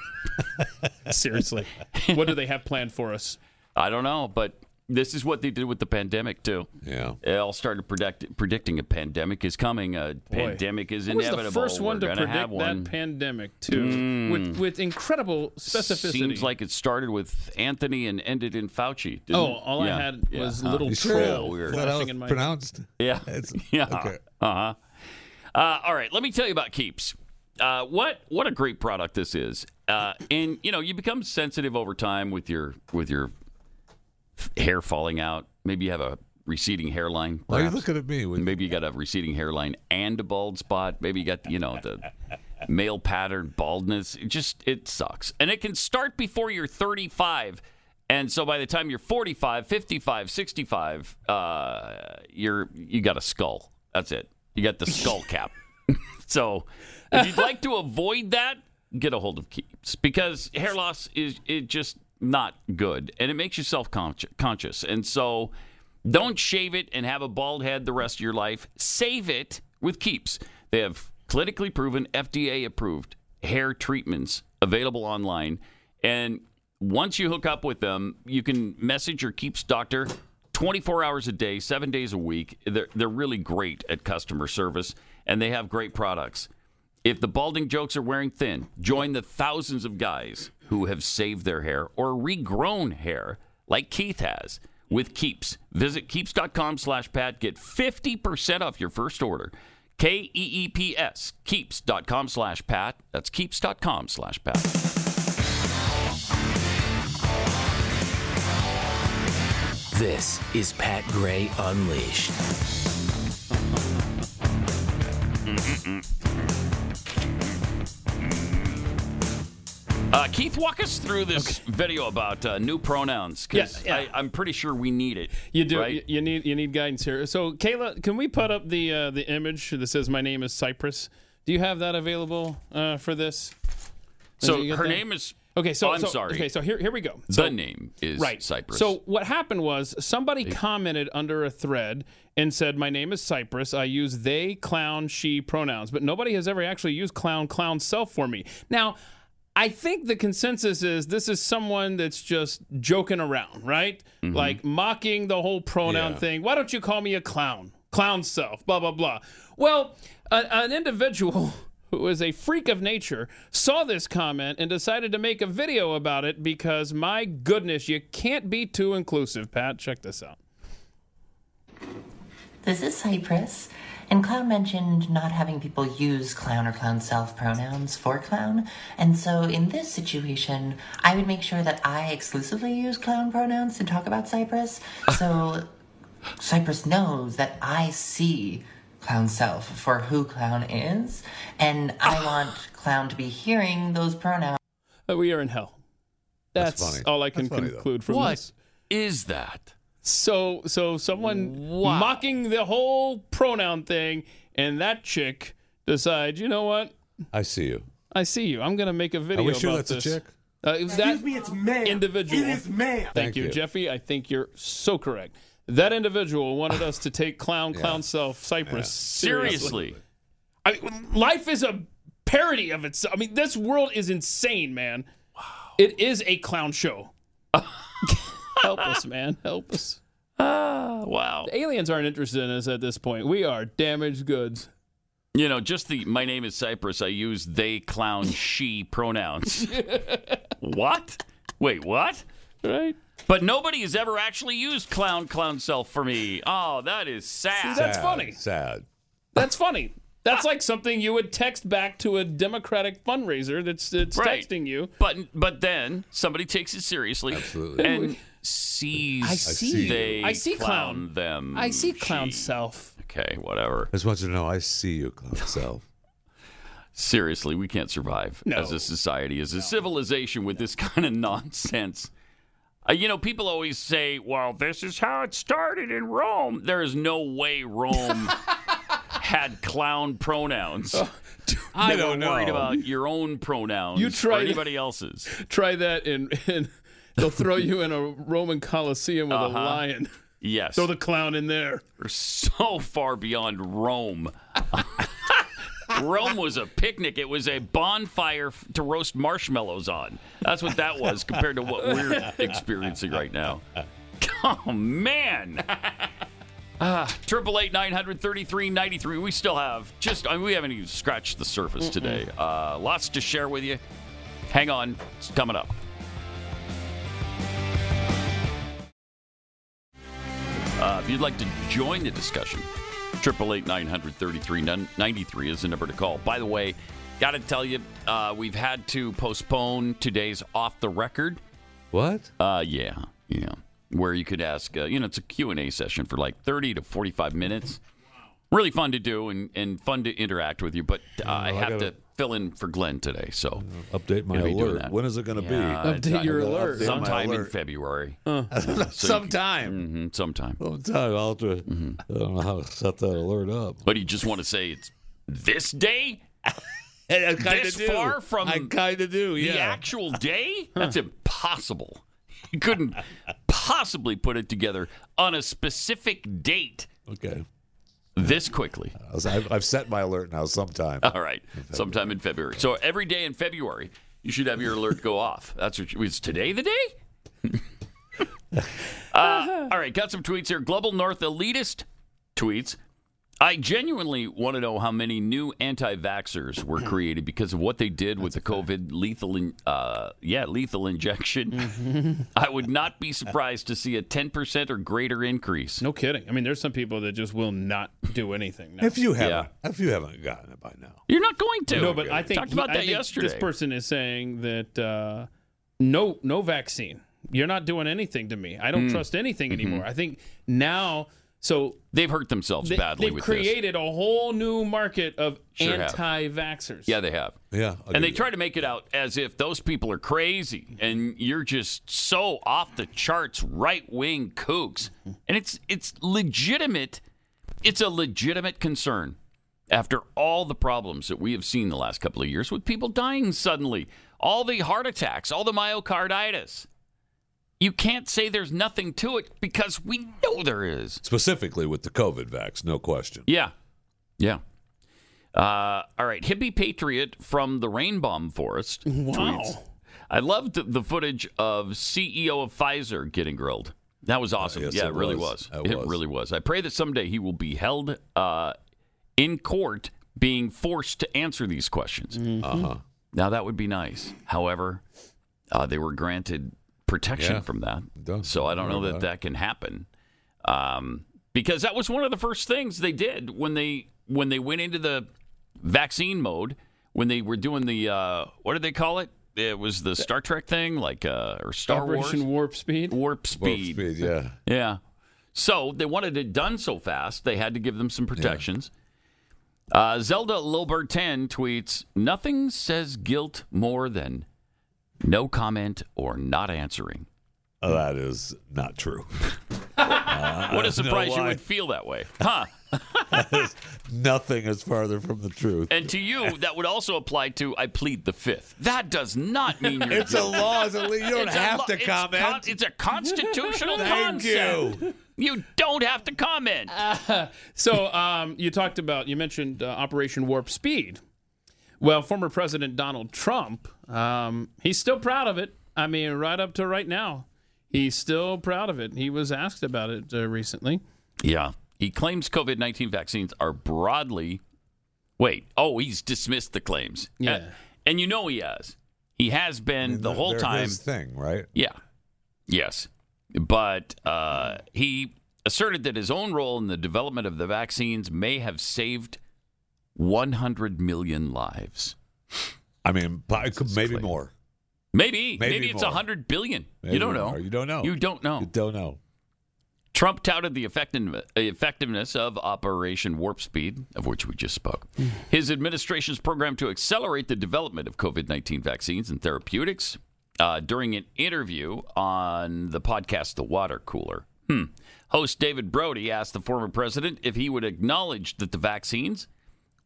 Seriously. uh, what do they have planned for us? I don't know, but this is what they did with the pandemic too. Yeah, it all started predict- predicting a pandemic is coming. A pandemic is Who inevitable. Was the first one We're to gonna have predict one. that pandemic too, Mm. Hmm. with with incredible specificity. Seems like it started with Anthony and ended in Fauci. didn't Oh, it? all I had was little You troll Weird. Is that how flashing it's in my- pronounced? Yeah. yeah. Uh-huh. Uh, all right. Let me tell you about Keeps. Uh, what what a great product this is. Uh, and you know you become sensitive over time with your with your f- hair falling out. Maybe you have a receding hairline. Why are you perhaps. looking at me? Maybe you got a receding hairline and a bald spot. Maybe you got you know the male pattern baldness. It just it sucks. And it can start before you're 35. And so by the time you're 45, 55, 65, uh, you're you got a skull. That's it. You got the skull cap. so if you'd like to avoid that, get a hold of Keeps because hair loss is it just not good and it makes you self conscious. And so don't shave it and have a bald head the rest of your life. Save it with Keeps. They have clinically proven, FDA approved hair treatments available online. And once you hook up with them, you can message your Keeps doctor 24 hours a day, seven days a week. They're, they're really great at customer service and they have great products. If the balding jokes are wearing thin, join the thousands of guys who have saved their hair or regrown hair like Keith has with Keeps. Visit keeps.com slash Pat. Get 50% off your first order. K E E P S, keeps.com slash Pat. That's keeps.com slash Pat. This is Pat Gray Unleashed. Mm-hmm. Uh, Keith, walk us through this video about uh, new pronouns because Yeah, yeah. I'm pretty sure we need it. You do. right? You, you need you need guidance here. So, Kayla, can we put up the uh, the image that says "My name is Cypress"? Do you have that available uh, for this? So You got her that? name is- Okay, so Oh, I'm so- sorry. Okay, so here here we go. The So- name is Cypress. So what happened was somebody commented under a thread and said, "My name is Cypress. I use they, clown, she pronouns, but nobody has ever actually used clown, clown, self for me." Now. I think the consensus is this is someone that's just joking around, right? Mhm. Like mocking the whole pronoun Yeah. thing. Why don't you call me a clown? Clown self, blah, blah, blah. Well, a, an individual who is a freak of nature saw this comment and decided to make a video about it because, my goodness, you can't be too inclusive, Pat. Check this out. This is Cypress, and Clown mentioned not having people use clown or clown self pronouns for clown. And so in this situation, I would make sure that I exclusively use clown pronouns to talk about Cypress. So Cypress knows that I see clown self for who clown is, and I want clown to be hearing those pronouns. Uh, we are in hell. That's, all I can conclude from What this. is that? So, so someone mocking the whole pronoun thing, and that chick decides, you know what? I see you. I see you. I'm gonna make a video. wish you about that's a this. chick. Uh, that Excuse me, it's man. Individual. It is man. Thank, Thank you, you. Jeffy. I think you're so correct. That individual wanted us to take clown, clown self, Cypress Seriously. I mean, life is a parody of itself. I mean, this world is insane, man. Wow. It is a clown show. Help us, man. Help us. Ah, wow. The aliens aren't interested in us at this point. We are damaged goods. You know, just the my name is Cypress. I use they, clown, she pronouns. what? Wait, what? Right. But nobody has ever actually used clown, clown self for me. Oh, that is sad. See, that's Sad, funny. Sad. That's funny. That's like something you would text back to a Democratic fundraiser that's, that's Right. texting you. But but then somebody takes it seriously Absolutely. and sees I see. they I see clown. them. I see clown self. Okay, whatever. I just want you to know I see you, Clown Self. Seriously, we can't survive as a society, as a civilization with this kind of nonsense. Uh, you know, people always say, well, this is how it started in Rome. There is no way Rome had clown pronouns. I They don't were worried know. about your own pronouns You or tried- anybody else's. Try that, and, and they'll throw you in a Roman Colosseum with Uh-huh. a lion. Yes. Throw the clown in there. We're so far beyond Rome. Rome was a picnic. It was a bonfire f- to roast marshmallows on. That's what that was compared to what we're experiencing right now. Oh, man. Ah, Triple eight nine hundred thirty three ninety three. We still have just I mean, we haven't even scratched the surface Mm-mm. today. Uh, lots to share with you. Hang on, it's coming up. Uh, if you'd like to join the discussion, 888-933-93 is the number to call. By the way, got to tell you, uh, we've had to postpone today's off the record. What? Uh, yeah, yeah. Where you could ask, uh, you know, it's a Q&A session for like 30 to 45 minutes. Really fun to do and, and fun to interact with you, but uh, Mm, I I have gotta- to fill in for Glenn today, so Update my gonna be doing alert. that. When is it going to Yeah, be? it's- I- I'm gonna update my Sometime in alert. February. Huh. sometime. hmm sometime. Sometime. I'll have to, I don't know how to set that alert up. But you just want to say it's this day? I kinda this do. far from I kinda do, the yeah. actual day? That's impossible. You couldn't possibly put it together on a specific date. Okay. this quickly. I've, I've set my alert now sometime. All right, sometime in February. So every day in February, you should have your alert go off. That's what you, is today the day? Uh, all right, got some tweets here. Global North elitist tweets. I genuinely want to know how many new anti-vaxxers were created because of what they did with the COVID lethal, in, uh, yeah, lethal Mm. Mm-hmm. injection. I would not be surprised to see a 10% or greater increase. No kidding. I mean, there's some people that just will not do anything. now. If you haven't, if you haven't gotten it by now, You're not going to. No, but I think talked about I that think yesterday. This person is saying that uh, no, no vaccine. You're not doing anything to me. I don't Mm. trust Mm-hmm. anything anymore. I think now, so they've hurt themselves they, badly They've with this. created a whole new market of Sure have. anti-vaxxers. Yeah, they have. Yeah, and they try to make it out as if those people are crazy and you're just so off the charts right wing kooks. And it's it's legitimate. It's a legitimate concern after all the problems that we have seen the last couple of years with people dying suddenly, all the heart attacks, all the myocarditis. You can't say there's nothing to it because we know there is. specifically with the COVID vax, no question. Yeah. Yeah. Uh, all right. Hippie Patriot from the Rainbomb Forest. Wow. I loved the footage of CEO of Pfizer getting grilled. That was awesome. Uh, yes, yeah, it it, really was. was. It was. really was. I pray that someday he will be held uh, in court being forced to answer these questions. Uh-huh. Now, that would be nice. However, uh, they were granted protection Yeah. from that. So I don't know worry that about it. that can happen, um, because that was one of the first things they did when they when they went into the vaccine mode when they were doing the uh, what did they call it? It was the Star Trek thing, like uh, or Star Operation Wars Warp Speed. Warp speed. speed, yeah. yeah. So they wanted it done so fast, they had to give them some protections. Uh, Zelda Lobertan tweets Nothing says guilt more than no comment or not answering. Uh, that is not true. Uh, I what a don't surprise know you why. would feel that way. Huh. Nothing is farther from the truth. And to you, that would also apply to I plead the fifth. That does not mean you're It's a guilty. law, it's a le- you don't It's a have law- to it's comment. con- it's a constitutional Thank concept. you. You don't have to comment. so um, you talked about you mentioned uh, Operation Warp Speed. Well, former President Donald Trump, um, he's still proud of it. I mean, right up to right now, he's still proud of it. He was asked about it uh, recently. Yeah. He claims COVID 19 vaccines are broadly. Wait. Oh, he's dismissed the claims. Yeah. And, you know he has. He has been the whole They're time. his thing, right? Yeah. Yes. But uh, he asserted that his own role in the development of the vaccines may have saved 100 million lives. I mean, but it could- maybe more. Maybe. Maybe, Maybe it's more. 100 billion. Maybe you don't know. more. You don't know. You don't know. You don't know. Trump touted the effectin- effectiveness of Operation Warp Speed, of which we just spoke, his administration's program to accelerate the development of COVID 19 vaccines and therapeutics uh, during an interview on the podcast The Water Cooler. Hmm. Host David Brody asked the former president if he would acknowledge that the vaccines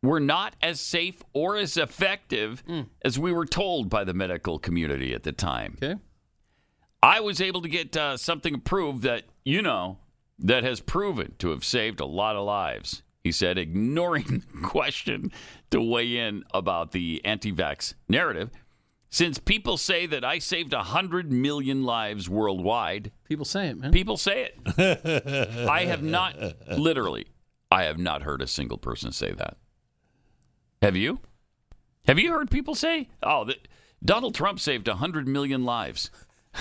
were not as safe or as effective Hmm. as we were told by the medical community at the time. Okay. I was able to get uh, something approved that, you know, that has proven to have saved a lot of lives, he said, ignoring the question to weigh in about the anti vax narrative. Since people say that I saved 100 million lives worldwide, people say it, man. People say it. I have not, literally, I have not heard a single person say that. Have you? Have you heard people say, oh, that Donald Trump saved 100 million lives?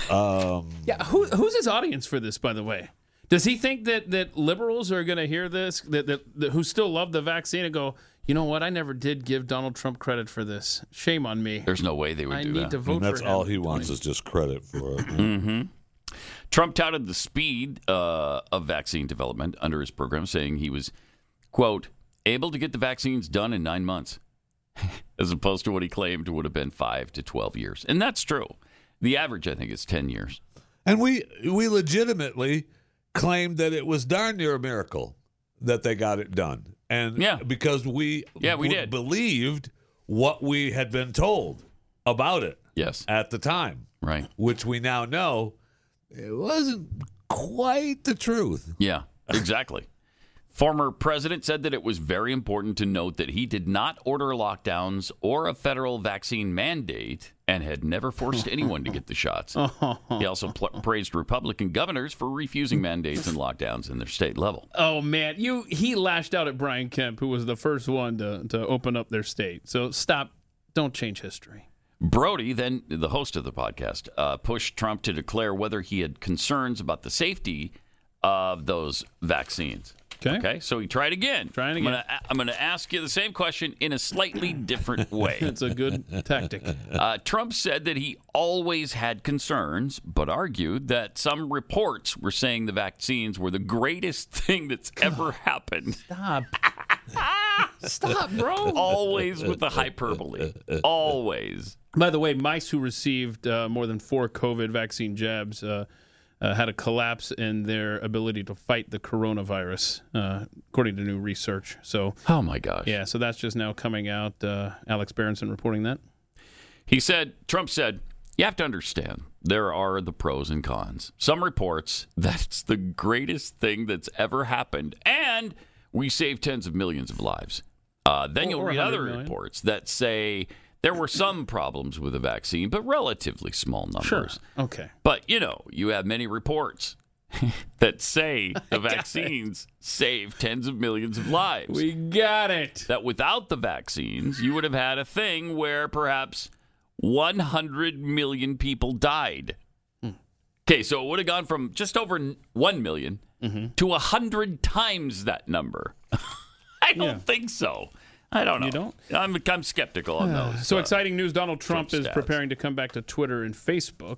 Um, Yeah, who, who's his audience for this, by the way? Does he think that that liberals are going to hear this, that, that, that who still love the vaccine, and go, you know what? I never did give Donald Trump credit for this. Shame on me. There's no way they would I do need that. to vote and that's for all him. he wants is just credit for it. hmm Trump touted the speed uh, of vaccine development under his program, saying he was, quote, able to get the vaccines done in nine months, as opposed to what he claimed would have been five to 12 years. And that's true. The average, I think, is 10 years. And we we legitimately claimed that it was darn near a miracle that they got it done. And yeah. because we Yeah, we w- did. believed what we had been told about it. Yes. At the time. Right. Which we now know it wasn't quite the truth. Yeah, exactly. Former president said that it was very important to note that he did not order lockdowns or a federal vaccine mandate and had never forced anyone to get the shots. He also pl- praised Republican governors for refusing mandates and lockdowns in their state level. Oh man, you he lashed out at Brian Kemp, who was the first one to to open up their state. So stop, don't change history. Brody, then the host of the podcast, uh, pushed Trump to declare whether he had concerns about the safety of those vaccines. Okay. so he tried again. Trying again. I'm going to ask you the same question in a slightly different way. It's a good tactic. Uh, Trump said that he always had concerns, but argued that some reports were saying the vaccines were the greatest thing that's ever happened. Stop. Ah, Stop, bro. Always with the hyperbole. Always. By the way, mice who received uh, more than four COVID vaccine jabs uh, uh, had a collapse in their ability to fight the coronavirus, uh, according to new research. So, oh my gosh, yeah. So that's just now coming out. Uh, Alex Berenson reporting that. He said, Trump said, you have to understand there are the pros and cons. Some reports that's the greatest thing that's ever happened, and we saved tens of millions of lives. Uh, then Or- you'll or read 100 other million. reports that say there were some problems with the vaccine, but relatively small numbers. Okay. But you know, you have many reports that say the vaccines save tens of millions of lives. We got it. That without the vaccines, you would have had a thing where perhaps 100 million people died. Okay, so it would have gone from just over n- 1 million to 100 times that number. I don't think so. I don't know. You don't? I'm, I'm skeptical on those. so uh, exciting news! Donald Trump, Trump is stats. preparing to come back to Twitter and Facebook.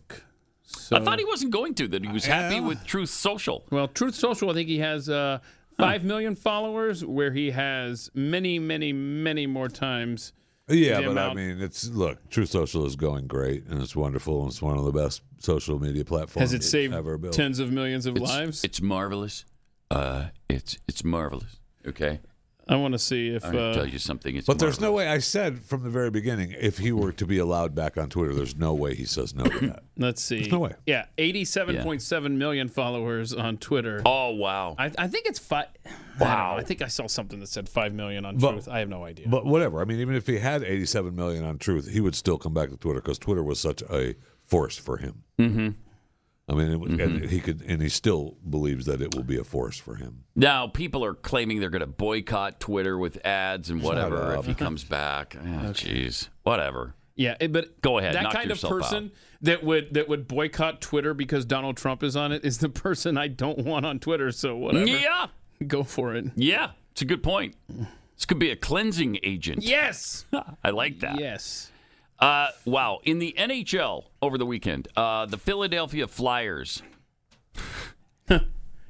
I thought he wasn't going to, that he was happy with Truth Social. Well, Truth Social, I think he has uh, five million followers, where he has many, many, many more times. Yeah, but the I amount- mean, it's look, True Social is going great, and it's wonderful, and it's one of the best social media platforms has it saved ever built. tens of millions of It's- lives? It's marvelous. Uh, it's it's marvelous. Okay. I want to see if I'm gonna uh, tell you something. It's but there's no way. I said from the very beginning, if he were to be allowed back on Twitter, there's no way he says no to that. Let's see. There's no way. Yeah, eighty-seven point seven million followers on Twitter. Oh wow! I, I think it's five. Wow! I, think I saw something that said five million on But- Truth. I have no idea. But whatever. I mean, even if he had 87 million on Truth, he would still come back to Twitter because Twitter was such a force for him. Mm-hmm. I mean, it, was and he could, and he still believes that it will be a force for him. Now people are claiming they're going to boycott Twitter with ads and Shut whatever up. if he comes back. Ah, Jeez, whatever. Yeah, it- but Go ahead, That knock kind of yourself person that would that would boycott Twitter because Donald Trump is on it is the person I don't want on Twitter. So whatever. Yeah. Go for it. Yeah, it's a good point. This could be a cleansing agent. Yes. I like that. Yes. Uh, wow. In the NHL over the weekend, uh, the Philadelphia Flyers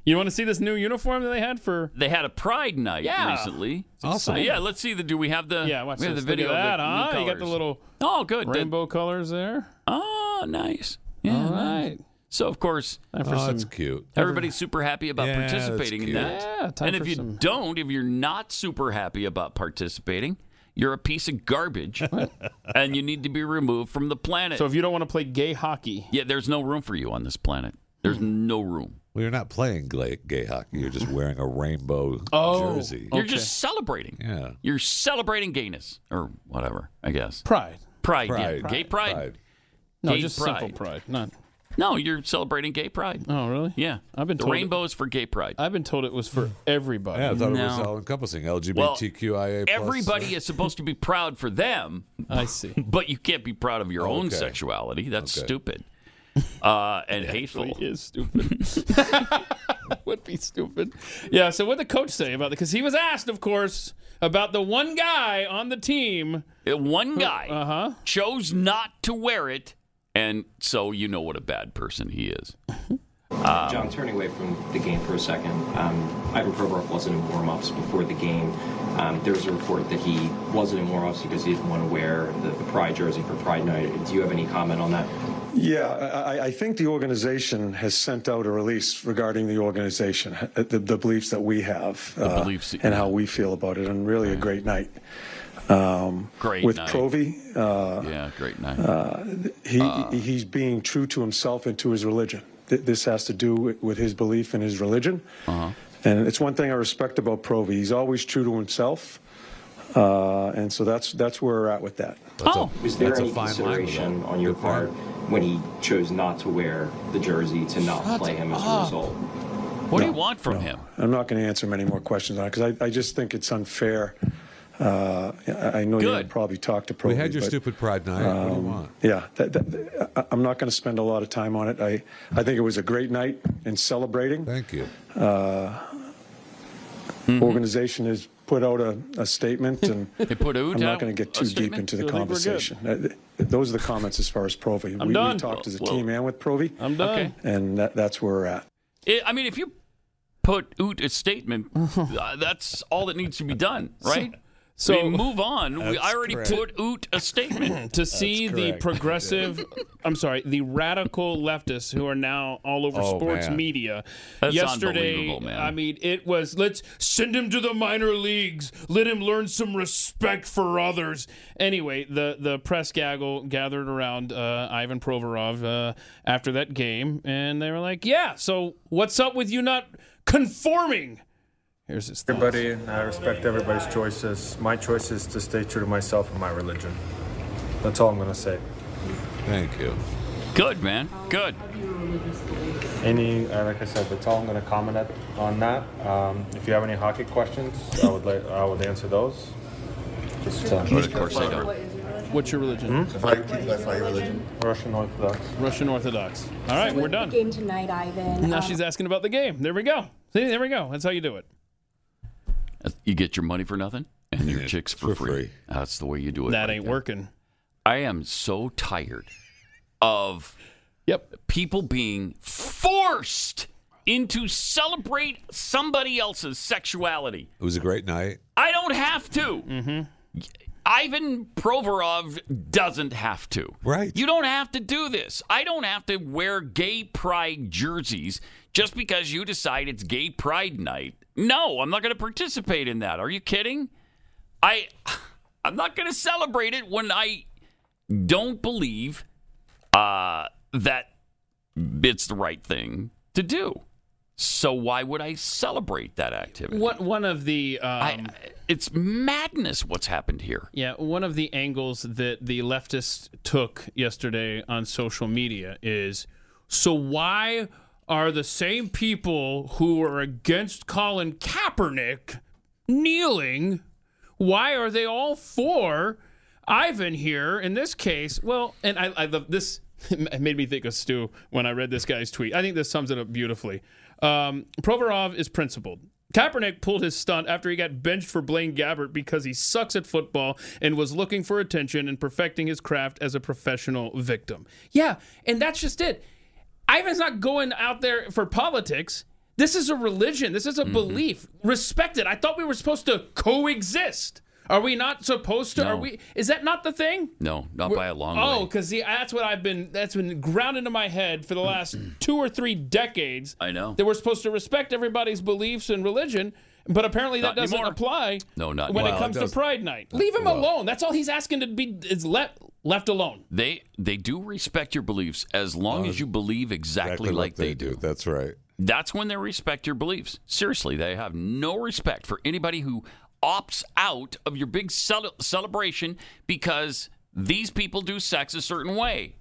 You want to see this new uniform that they had for? they had a Pride night Yeah. recently. It's Awesome. exciting. Yeah, let's see the. Do we have the? Yeah, watch we have this. the video. Look of at the that, new huh? You got the colors. little oh good rainbow colors there. Oh, nice. Yeah, All nice. right. So of course, Time for Oh, some- that's cute. Everybody's super happy about Yeah, that's participating in cute. that. Yeah, time and if for you some- don't, if you're not super happy about participating, you're a piece of garbage, and you need to be removed from the planet. So if you don't want to play gay hockey, yeah, there's no room for you on this planet. There's no room. Well, you're not playing gay, gay hockey. You're just wearing a rainbow Oh. jersey. Oh, You're just celebrating. yeah. You're celebrating gayness or whatever, I guess. Pride. Pride. Pride. Yeah. Gay pride. no, Gay just simple pride. Not. No, you're celebrating gay pride. Oh really? Yeah. I've been the told it- rainbows for gay pride. I've been told it was for everybody. Yeah, I thought it was No. all encompassing Well, LGBTQIA. Everybody is supposed to be proud for them. I see. But you can't be proud of your own Okay. sexuality. That's Okay. stupid. Uh, and hateful. is stupid. would be stupid. Yeah. So what did the coach say about it? Because he was asked, of course, about the one guy on the team. Uh, Uh-huh. One guy chose not to wear it, and so you know what a bad person he is. Um, John, turning away from the game for a second, um, Ivan Provorov wasn't in warm-ups before the game. Um, there was a report that he wasn't in warm-ups because he didn't want to wear the, the Pride jersey for Pride Night. Do you have any comment on that? Yeah, I, I- I think the organization has sent out a release regarding the organization, uh, the, the beliefs that we have, uh, and how we feel about it, and really a great night. Um, Great with night. Provy, uh, yeah, great night. uh, he he's being Uh-huh. true to himself and to his religion. Th- This has to do with, with his belief in his religion, And it's one thing I respect about Provy. He's always true to himself. Uh, and so that's that's where we're at with that. was there any consideration on your part when he chose not to wear the jersey to not Shut play him as a up. result? What do you want from him? I'm not going to answer many more questions on it because I, I just think it's unfair. Uh, I I know you probably talked to Provy. We had your but, stupid pride night. what do you um, want? Yeah, that, that, I- I'm not going to spend a lot of time on it. I, I think it was a great night in celebrating. Thank you. Uh, Mm-hmm. Organization has put out a, a statement, and They put out I'm not a- going to get a too deep statement? into the I think we're good. conversation. Uh, th- Those are the comments as far as Provi. I'm we, done. we talked as a Well- team and with Provi. I'm done. Okay. And that, that's where we're at. I I mean, if you put out a statement, uh, that's all that needs to be done, right? So- I mean, move on. We, I That's already correct. put out a statement to see the correct. progressive i'm sorry the radical leftists who are now all over Oh, sports man. media That's yesterday unbelievable, man. i mean it was let's send him to the minor leagues let him learn some respect for others anyway the the press gaggle gathered around uh, ivan provorov uh, after that game and they were like yeah so what's up with you not conforming Here's his Everybody, and I respect everybody's choices. My choice is to stay true to myself and my religion. That's all I'm going to say. Thank you. Good, man. Good. Any, uh, like I said, that's all I'm going to comment at, on that. Um, if you have any hockey questions, I would like, I would answer those. Just, uh, But of course I don't. What's your religion? That's my religion. Russian Orthodox. Russian Orthodox. All right, we're done. Game tonight, Ivan. Now Um, she's asking about the game. There we go. See, there we go. That's how you do it. You get your money for nothing and your chicks for, free. That's the way you do it. That ain't working. I am so tired of yep people being forced into celebrate somebody else's sexuality. It was a great night. I don't have to. Mm-hmm. Ivan Provorov doesn't have to. Right. You don't have to do this. I don't have to wear gay pride jerseys just because you decide it's gay pride night. No, I'm not going to participate in that. Are you kidding? I I'm not going to celebrate it when I don't believe uh, that it's the right thing to do. So why would I celebrate that activity? What one of the um, it's madness what's happened here. Yeah, one of the angles that the leftists took yesterday on social media is so why are the same people who are against Colin Kaepernick kneeling? Why are they all for Ivan here in this case? Well, and I, I love this. It made me think of Stu when I read this guy's tweet. I think this sums it up beautifully. Um, Provorov is principled. Kaepernick pulled his stunt after he got benched for Blaine Gabbert because he sucks at football and was looking for attention and perfecting his craft as a professional victim. Yeah, and that's just it. Ivan's not going out there for politics. This is a religion. This Mm-hmm. is a belief. Respect it. I thought we were supposed to coexist. Are we not supposed to? Are No. we? Is that not the thing? No, not by a long oh, way. because that's what I've been. That's been ground into my head for the last two or three decades. I know. that we're supposed to respect everybody's beliefs and religion, but apparently Not that doesn't anymore. apply. No, not when it anymore. comes Well, it to does- Pride Night. Leave him well- alone. That's all he's asking to be is left left alone. They they do respect your beliefs as long as you believe exactly, Uh, Exactly what like they, do. That's right. That's when they respect your beliefs. Seriously, they have no respect for anybody who opts out of your big cel- celebration because these people do sex a certain way.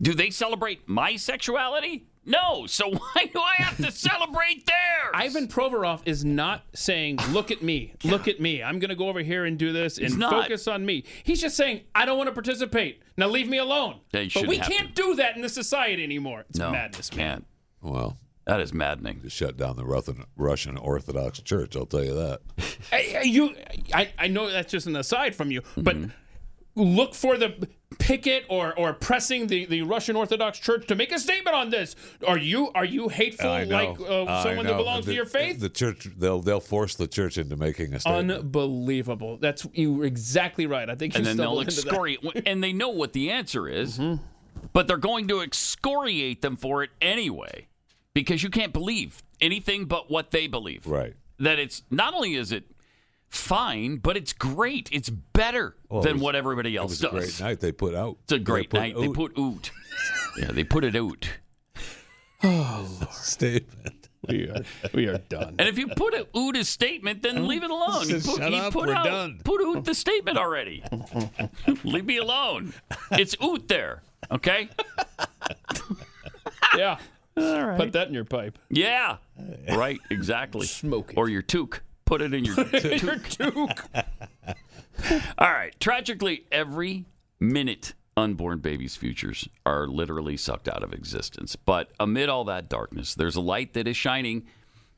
Do they celebrate my sexuality? No. So why do I have to celebrate theirs? Ivan Provorov is not saying, "Look at me, look at me. I'm going to go over here and do this He's and not. focus on me." He's just saying, "I don't want to participate. Now leave me alone." Yeah, you but shouldn't we have can't do that in this society anymore. It's no, madness. can't. Well, that is maddening. To shut down the Russian, Russian Orthodox Church, I'll tell you that. Hey, hey, you, I, I know that's just an aside from you, but Mm-hmm. look for the picket or or pressing the, the Russian Orthodox Church to make a statement on this. Are you are you hateful I know. like uh, I someone that know. belongs The- to your faith? The church, they'll they'll force the church into making a statement. Unbelievable. That's you were exactly right. I think you and then they'll stumbled into that. excoriate, and they know what the answer is, but they're going to excoriate them for it anyway, because you can't believe anything but what they believe. Right. That it's not only is it fine, but it's great. It's better Well, it than was- what everybody else it was does. a great night they put out. It's a great put night. They out put oot. yeah, they put it out. Oh, statement. we are we are done. And if you put out Uda's statement, then leave it alone. You put, Shut you up, put we're out done. put out the statement already. leave me alone. It's oot there. Okay. yeah. All right. Put that in your pipe. Yeah. Right. Exactly. Smoke it. Or your toque. Put it in your toque. Your toque. All right. Tragically, every minute unborn babies' futures are literally sucked out of existence. But amid all that darkness, there's a light that is shining.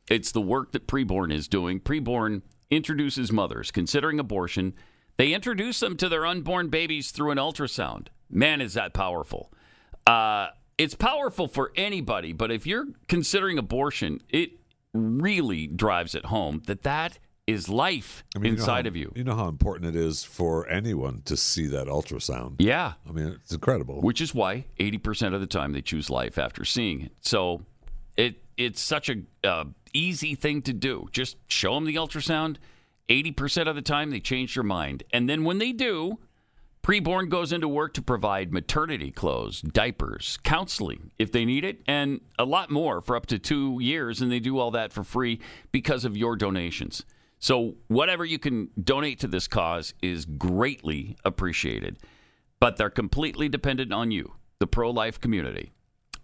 It's the work that preborn is doing. Preborn introduces mothers considering abortion. They introduce them to their unborn babies through an ultrasound. Man, is that powerful. Uh, it's powerful for anybody, but if you're considering abortion, it really drives it home that that is life I mean, inside know of how- you. You know how important it is for anyone to see that ultrasound. Yeah. I mean, it's incredible. Which is why 80% of the time they choose life after seeing it. So it it's such a uh, easy thing to do. Just show them the ultrasound. 80% of the time they change their mind. And then when they do, Preborn goes into work to provide maternity clothes, diapers, counseling if they need it, and a lot more for up to two years. And they do all that for free because of your donations. So, whatever you can donate to this cause is greatly appreciated. But they're completely dependent on you, the pro life community.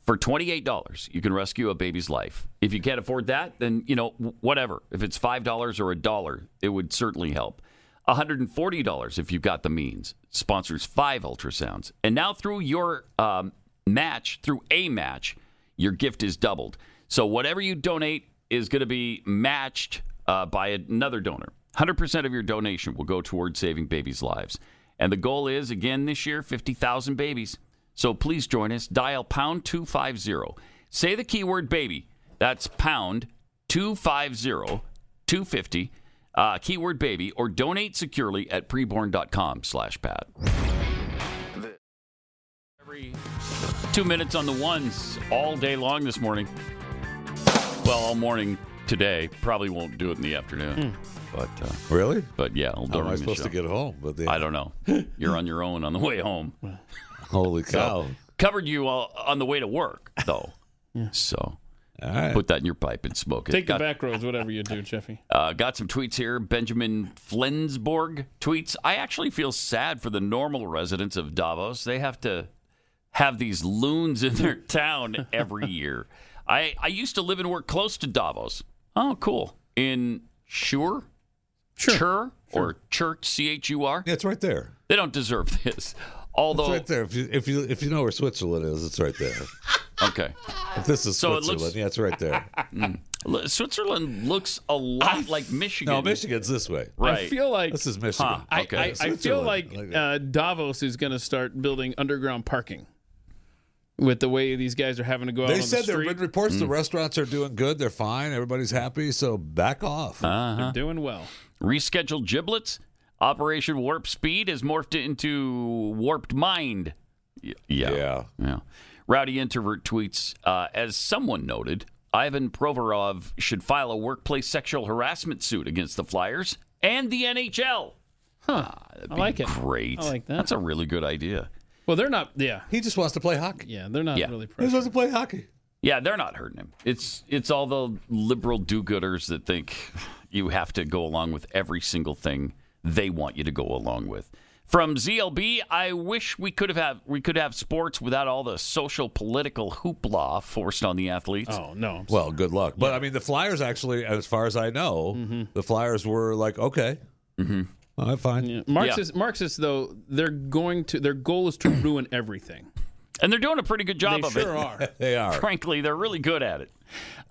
For $28, you can rescue a baby's life. If you can't afford that, then, you know, w- whatever. If it's $5 or a dollar, it would certainly help. $140 if you've got the means. Sponsors five ultrasounds. And now through your um, match, through a match, your gift is doubled. So whatever you donate is going to be matched uh, by another donor. 100% of your donation will go toward saving babies' lives. And the goal is, again, this year, 50,000 babies. So please join us. Dial pound 250. Say the keyword baby. That's pound 250 250 uh, keyword baby or donate securely at preborn.com slash pat. Two minutes on the ones all day long this morning. Well, all morning today. Probably won't do it in the afternoon. Hmm. But uh, Really? But yeah, I'll How am I during the supposed to show. get home? But I don't know. You're on your own on the way home. Holy cow! covered you all on the way to work, though. So put that in your pipe and smoke it. Take the Got- back roads, whatever you do, Jeffy. uh, got some tweets here. Benjamin Flensborg tweets I actually feel sad for the normal residents of Davos. They have to have these loons in their town every year. I, I used to live and work close to Davos. Oh, cool. In Sure? Sure. Or Church, C H U R? Yeah, it's right there. They don't deserve this. Although. it's right there. If you, if you if you know where Switzerland is, it's right there. okay. If this is So it Switzerland, looks- Mm. yeah, it's right there. L- Switzerland looks a lot like Michigan. No, Michigan's this way. Right. I feel like this is Michigan. Huh. I, Okay. I, I feel Switzerland. like uh, Davos is going to start building underground parking with the way these guys are having to go out. They on said the there have street. been reports Mm. the restaurants are doing good. They're fine. Everybody's happy. So back off. Uh-huh. doing well. Rescheduled giblets. Operation Warp Speed has morphed into Warped Mind. Y- Yeah. Yeah. Rowdy Introvert tweets uh, As someone noted, Ivan Provorov should file a workplace sexual harassment suit against the Flyers and the NHL. Huh. I like it. Great. I like that. That's a really good idea. Well, they're not. Yeah. He just wants to play hockey. Yeah, they're not Yeah. really. They're supposed to play hockey. Yeah, they're not hurting him. It's it's all the liberal do-gooders that think you have to go along with every single thing they want you to go along with. From ZLB, I wish we could have had, we could have sports without all the social political hoopla forced on the athletes. Oh no. Well, good luck. But I mean, the Flyers actually, as far as I know, Mm-hmm. the Flyers were like, okay, mm-hmm. all right, fine. Marxists, Marxists, though, they're going to. Their goal is to ruin everything. And they're doing a pretty good job They of it. sure are. They are. Frankly, they're really good at it.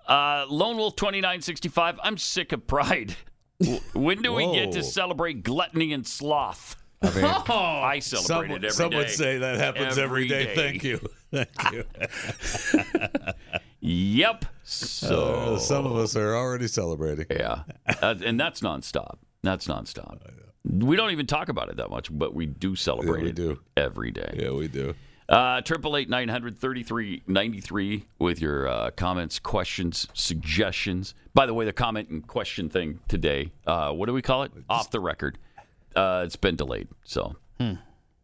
Uh, Lone Wolf 2965, I'm sick of pride. W- When do we get to Whoa. celebrate gluttony and sloth? I, mean- celebrate it every day. some would say that happens every day. Thank you. Thank you. Yep. So Uh, some of us are already celebrating. Yeah. Uh, and that's nonstop. That's nonstop. We don't even talk about it that much, but we do celebrate Oh, we it do. every day. Uh, Yeah, we do. Triple eight nine hundred thirty three ninety three with your uh, comments, questions, suggestions. By the way, the comment and question thing today. Uh, what do we call it? Off the record. Uh, it's been delayed, so Hmm.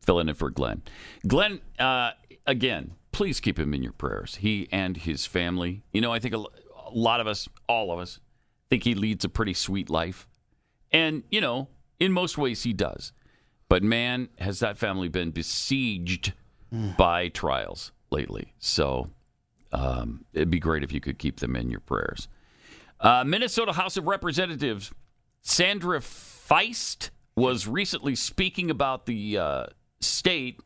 filling in for Glenn. Glenn, uh, again, please keep him in your prayers. He and his family. You know, I think a, l- a a lot of us, all of us, think he leads a pretty sweet life. And, you know, in most ways he does. But man, has that family been besieged by trials lately. So um, it'd be great if you could keep them in your prayers. Uh, Minnesota House of Representatives Sandra Feist was recently speaking about the uh, state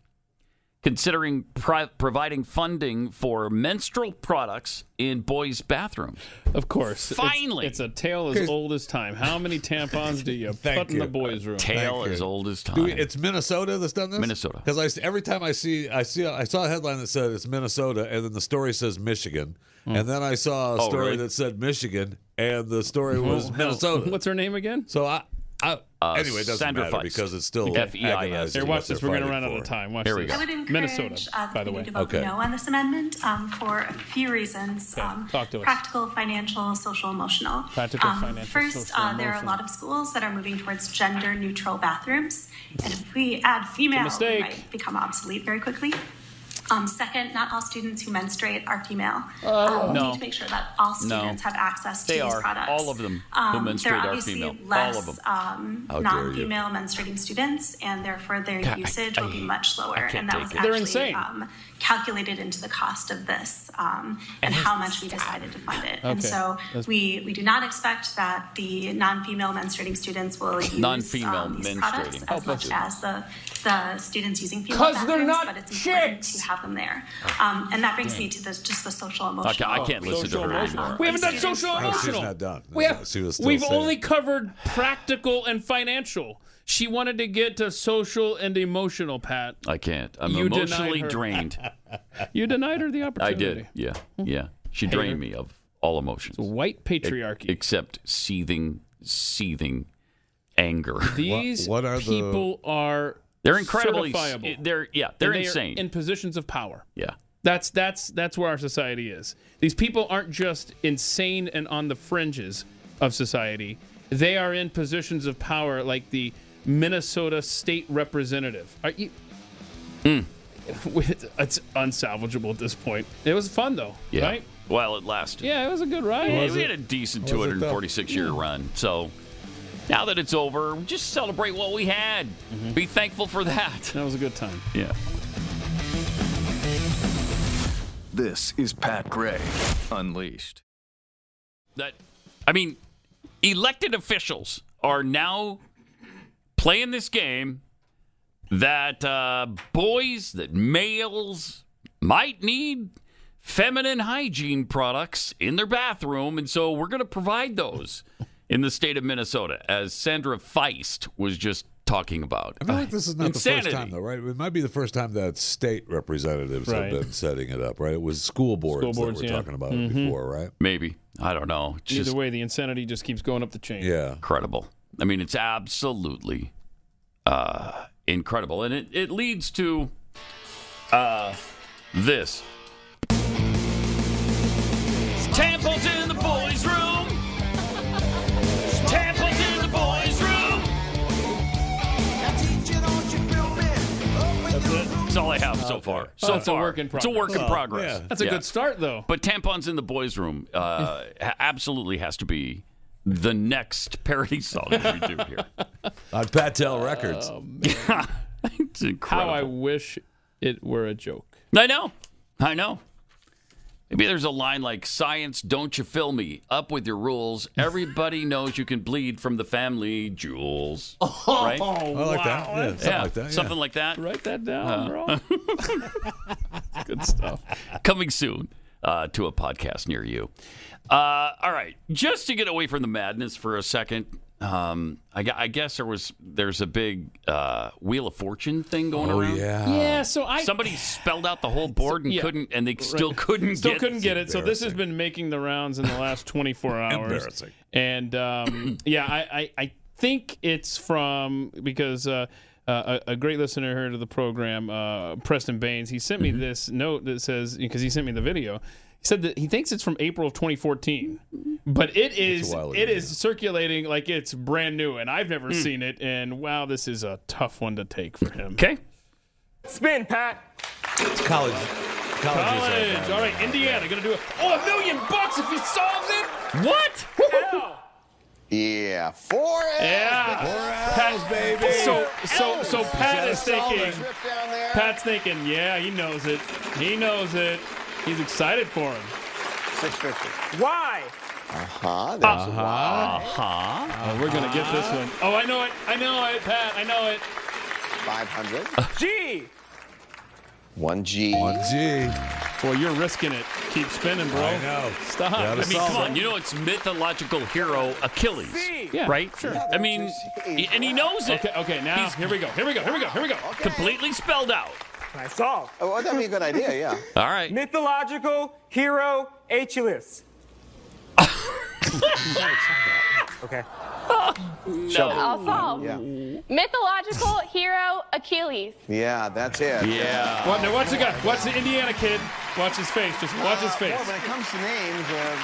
considering pri- providing funding for menstrual products in boys' bathrooms. Of course. It's- Finally. It's, a tale as old as time. How many tampons do you put in the boys' room? Tale as old as time. Do we- it's Minnesota that's done this. Minnesota. Because every time I see, I see, I saw a headline that said it's Minnesota, and then the story says Michigan, Hmm. and then I saw a Oh, story really? that said Michigan, and the story was Oh, hell. Minnesota. What's her name again? So I, I Uh, anyway, it doesn't Sandra matter Feist. because it's still Okay. E F.E.I.S.. agonizing Here, what watch they're this. We're gonna fighting run out of for. time. Watch Here we this. go. I would encourage uh, Minnesota, the by the committee way. to vote Okay. no on this amendment um, for a few reasons: um, talk to us. practical, financial, social, emotional. Um, Practical, financial, First, social, uh, there are a lot emotional. of schools that are moving towards gender-neutral bathrooms, and if we add female, we mistake. might become obsolete very quickly. Um, second, not all students who menstruate are female. Uh, Oh. Um, We No. need to make sure that all No. students have access to They these are. products. All of them who Um, menstruate there are are obviously female. All Less, of them. Um, How dare you. non-female menstruating students, and therefore their God, I- usage will be I- much I lower. can't And that take was it. They're actually insane. Um, calculated into the cost of this um, and how much we decided to fund it. And Okay. so That's- we we do not expect that the non-female menstruating students will use Non-female um, these products menstruating. Oh, as Help much us. as the the students using female 'Cause bathrooms, they're not but it's important to have them there. Um, and that brings Dang. me to the just the social emotional. I can't listen to her anymore. We haven't done Students- social Oh, she's emotional. not done. We have, She was still we've saying- only covered practical and financial. She wanted to get to social and emotional, Pat. I can't. I'm You denied emotionally her- drained. You denied her the I opportunity. Hmm. did. Yeah. Yeah. She Hater. drained me of all emotions. white patriarchy. except seething, seething anger. These people are They're incredibly- certifiable. they're- yeah, they're And they are insane. in positions of power. Yeah. That's that's that's where our society is. These people aren't just insane and on the fringes of society. They are in positions of power like the Minnesota state representative. Are you Hmm. it's unsalvageable at this point. It was fun though, Yeah. right? Well, it lasted. Yeah, it was a good ride. Yeah, we had a decent Was it though? 246 year Yeah. run. So now that it's over, just celebrate what we had. Mm-hmm. Be thankful for that. That was a good time. Yeah. This is Pat Gray Unleashed. That I mean, elected officials are now playing this game that uh, boys, that males might need feminine hygiene products in their bathroom, and so we're going to provide those in the state of Minnesota, as Sandra Feist was just talking about. I feel like this is not the Insanity. first time, though, right? It might be the first time that state representatives Right. have been setting it up, right? It was school boards, School boards, that were yeah. talking about it Mhm. before, right? Maybe I don't know. It's Either just way, the insanity just keeps going up the chain. incredible. I mean, it's absolutely uh, incredible, and it, it leads to uh, this. Tampons in the boys' room. Tampons in the boys' room. Oh. That's it. That's all I have so far. So Oh, it's a far, work in It's a work in progress. progress. Yeah. That's a good start, though. But tampons in the boys' room uh, ha- absolutely has to be the next parody song that we do here. On Patel Records. Oh, it's incredible. How I wish it were a joke. I know. I know. Maybe there's a line like science, don't you fill me up with your rules. Everybody knows you can bleed from the family jewels. Oh, right? I like that. Yeah, something like that, yeah. Something like that. Write that down, Uh, bro. Good stuff. Coming soon uh, to a podcast near you. Uh, all right. Just to get away from the madness for a second. Um, I, gu- I guess there was there's a big uh, Wheel of Fortune thing going Oh, around. yeah. Yeah, so I- somebody spelled out the whole board and Yeah. couldn't, and they Right. still couldn't still get couldn't get it. So this has been making the rounds in the last 24 hours. Embarrassing. And um, yeah, I, I I think it's from because. Uh, uh, a, a great listener here to the program, uh, Preston Baines, he sent me Mm-hmm. this note that says because he sent me the video. He said that he thinks it's from April of 2014, Mm-hmm. but it is while ago, it is circulating like it's brand new, and I've Hmm. never seen it. And wow, this is a tough one to take for him. Okay, Spin, Pat. It's college college. is that? College. All right, Indiana gonna do it. Oh, a million bucks if he solves it. What? Yeah, four L's. Yeah. Pat- baby. So, so, L's. so Pat Is is that a thinking. solid? Trip down there? Pat's thinking. Yeah, he knows it. He knows it. He's excited for him. Six fifty. Why? Uh-huh. Uh-huh. Uh-huh. we're gonna get this one. Oh, I know it. I know it, Pat. I know it. 500. G. One G. One G. Boy, you're risking it. Keep spinning, bro. I know. Stop. Uh-huh. I mean, come on. You know it's mythological hero Achilles, Yeah, right? sure. I mean, y- and he knows it. Okay, okay. Now here we go. Here we go. Here we go. Here we go. Completely spelled out. I solve. Oh, well, that'd be a good idea, yeah. All right. Mythological hero Achilles. okay. Shovel. I'll solve. Yeah. Mythological hero Achilles. Yeah, that's it. Yeah. Well, now watch the guy. Watch the Indiana kid. Watch his face. Just watch his face. Well, when it comes to names, uh,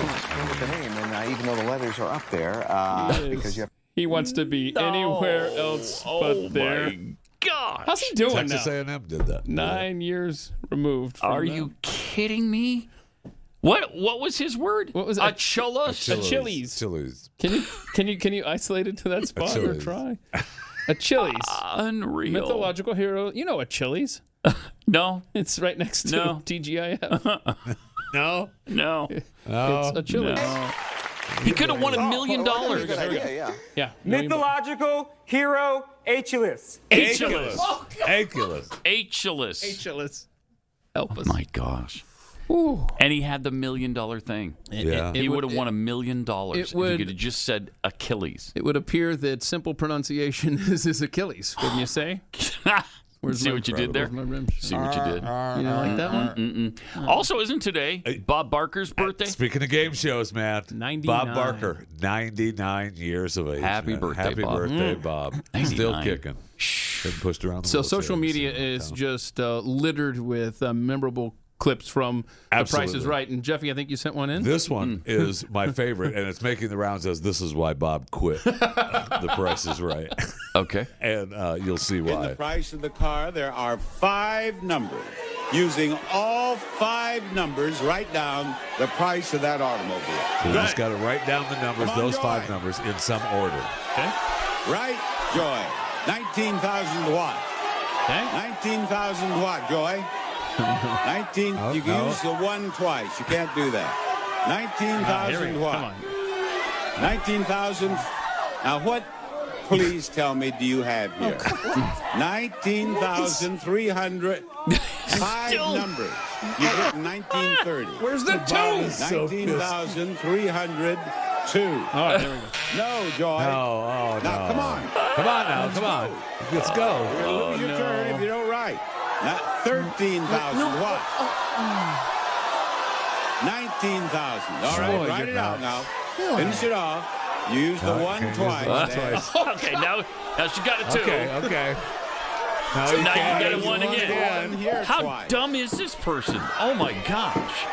well, well, with the name, and uh, even though the letters are up there, uh, Yes. because you have He wants to be anywhere else oh but there. my God. How's he doing Texas now? A&M did that. Nine years removed. From Are that. you kidding me? What what was his word? What was it? Achilles? Achilles. Achilles. Can you can you can you isolate it to that spot Achilles. or try? Achilles. Ah, Unreal. Mythological hero. You know Achilles. no. It's right next to No. TGIF. no. No. Oh, it's Achilles. No. He could have won a Oh, million dollars. yeah. Yeah. Mythological hero Achilles. Achilles. Achilles. Achilles. Achilles. Help us. my gosh. And he had the million dollar thing. Yeah. He it would would- have won a million it dollars if he would- could have just said Achilles. It would appear that simple pronunciation is his Achilles, wouldn't you say? See what you did there? See what you did? You didn't like that one? Mm-mm. Also, isn't today Bob Barker's birthday? Speaking of game shows, Matt. 99. Bob Barker, 99 years of age. Happy man. birthday, Happy Bob. birthday, Mm. Bob. Still 99. kicking. Been pushed around the So world social series. media is just uh, littered with uh, memorable clips from The Price is Absolutely. Right. And Jeffy, I think you sent one in. This Mm. one is my favorite, and it's making the rounds as this is why Bob quit. the Price is Right. Okay. And uh, you'll see In the why. price of the car, there are five numbers. Using all five numbers, write down the price of that automobile. So you just got to write down the numbers, Come on, those Joy. five numbers, in some order. Okay. Right, Joy. 19,000 watt. Okay. 19,000 watt, Joy. 19, Oh, you can no. use the one twice. You can't do that. Ah, here we 19,000 go. Come watt. 19,000. Now, what, please tell me, do you have Oh, here? 19,300. Five Still- numbers. You get 1930. Where's the two? So pissed. 19,302. All right, there we go. No, Joy. No, oh, Now, no. come on. Come on now, come on. Let's go. You're Oh, losing your turn if you don't write. Not 13,000. What? oh, 19,000. All right, Joy, write good it out enough. now. Finish it off. Use the No, you one can't use the twice. one Dan. twice. okay, now, now she got a two. Okay, okay. No, So now can't. you got a He's one won again. again. Here How twice. dumb is this person? Oh my gosh.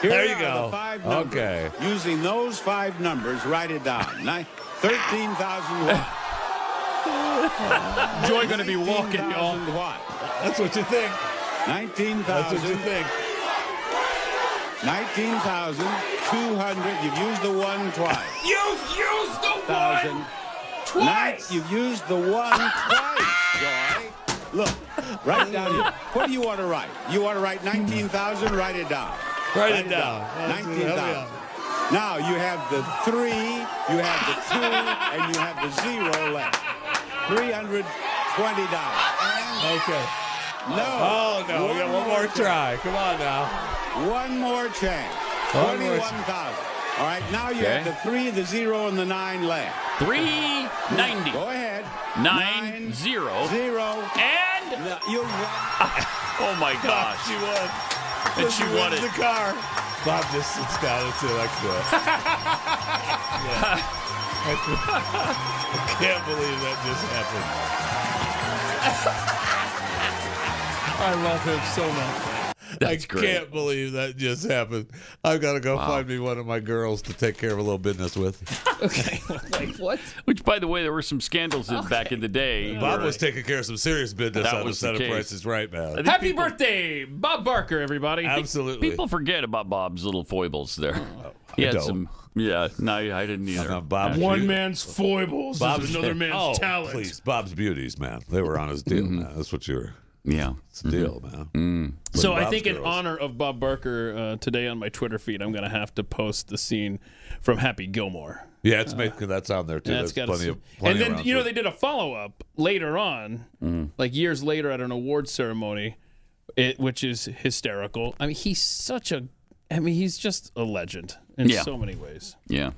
Here There you are go. The five numbers. Okay. Using those five numbers, write it down. Nine, 13,000 watt. Joy gonna be walking, y'all. 19,000 watt. That's what you think. 19,000. That's what you think. 19,200. You've used the one twice. You've used the thousand. Twice! Now, you've used the one twice, Joy. Look, write down. your- What do you want to write? You want to write nineteen thousand? Write it down. Write it down. That's- Nineteen thousand. Now you have the three, you have the two, and you have the zero left. Three hundred twenty dollars. Okay. No. Oh no, we got one more chance. try. Come on now. One more chance. One more Twenty-one thousand. All right. Now you have Okay. the three, the zero, and the nine left. 390. Go ahead. Nine, zero. Zero. And No, you oh my gosh. She won. And she won wins it. the car. Bob just sits down and says, "That's good." I can't believe that just happened. I love him so much. That's I great. can't believe that just happened. I've got to go Wow. find me one of my girls to take care of a little business with. like what? Which, by the way, there were some scandals in back in the day. Bob where- was taking care of some serious business That on the was the set of case. prices right I man. think Happy birthday, Bob Barker, everybody. Absolutely. Oh, People forget about Bob's little foibles there. I He had don't. some. Yeah, no, I didn't either. Bob, Actually. One man's foibles is another man's oh, talent. Mm-hmm. Please, Bob's beauties, man. They were on his deal, man. That's what you're. Yeah, it's a deal, man. With Mm. So I Bob's think in girls. honor of Bob Barker uh, today on my Twitter feed, I'm going to have to post the scene from Happy Gilmore. Yeah, it's making that's on there too. Yeah, There's it's gotta plenty of s- plenty and then around you know for they did a follow up later on, like years later at an award ceremony, it, which is hysterical. I mean, he's such a, I mean, he's just a legend in Yeah. so many ways. Yeah.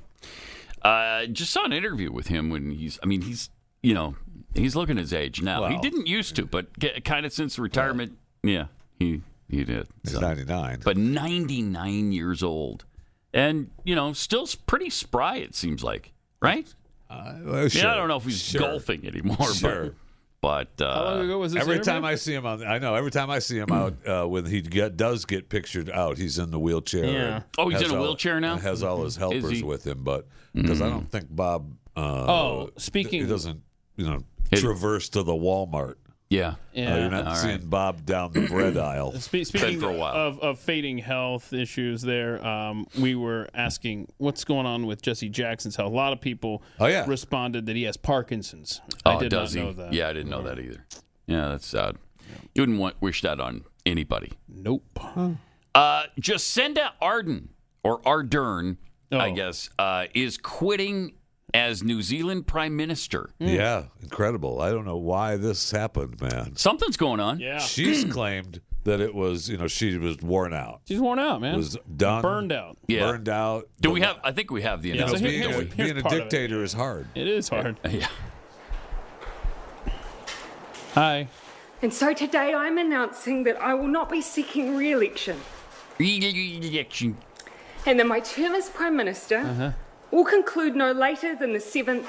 Uh, just saw an interview with him when he's. I mean, he's. You know, he's looking his age now. he Well. didn't used to, but kind of since retirement. yeah, he he did. He's 99. But 99 years old, and you know, still s- pretty spry. It seems like, right? Uh, yeah, well, I sure, don't know if he's sure. golfing anymore. Sure. But, but uh, every time I see him on, I know every time I see him out uh, when he get, does get pictured out, he's in the wheelchair. Yeah. and Oh, he's has in a all- wheelchair now? Has all his Is helpers he? Mm-hmm. with him, but because I don't think Bob. Uh, Oh, speaking- he doesn't you know traverse to the Walmart. Uh, Yeah, Yeah. you're not All seeing Bob down the bread aisle. Spe- speaking Of, of fading health issues, there um, we were asking what's going on with Jesse Jackson's health. A lot of people Oh, yeah. responded that he has Parkinson's. Oh, I did does not he? know that. Yeah, I didn't know that either. Yeah, that's sad. You wouldn't want wish that on anybody. Nope. Uh, Jacinda Arden or Ardern, I Oh. guess, uh, is quitting as New Zealand Prime Minister. Yeah, incredible. I don't know why this happened, man. Something's going on. Yeah. She's claimed that it was, you know, she was worn out. She's worn out, man. Was done. Burned out. Yeah. Burned out. Do we have? I think we have the You know, announcement. being, don't a, we? being a dictator is hard. It is hard. Yeah. Hi. And so today I'm announcing that I will not be seeking re election Election. and that my term as Prime Minister Uh-huh. will conclude no later than the 7th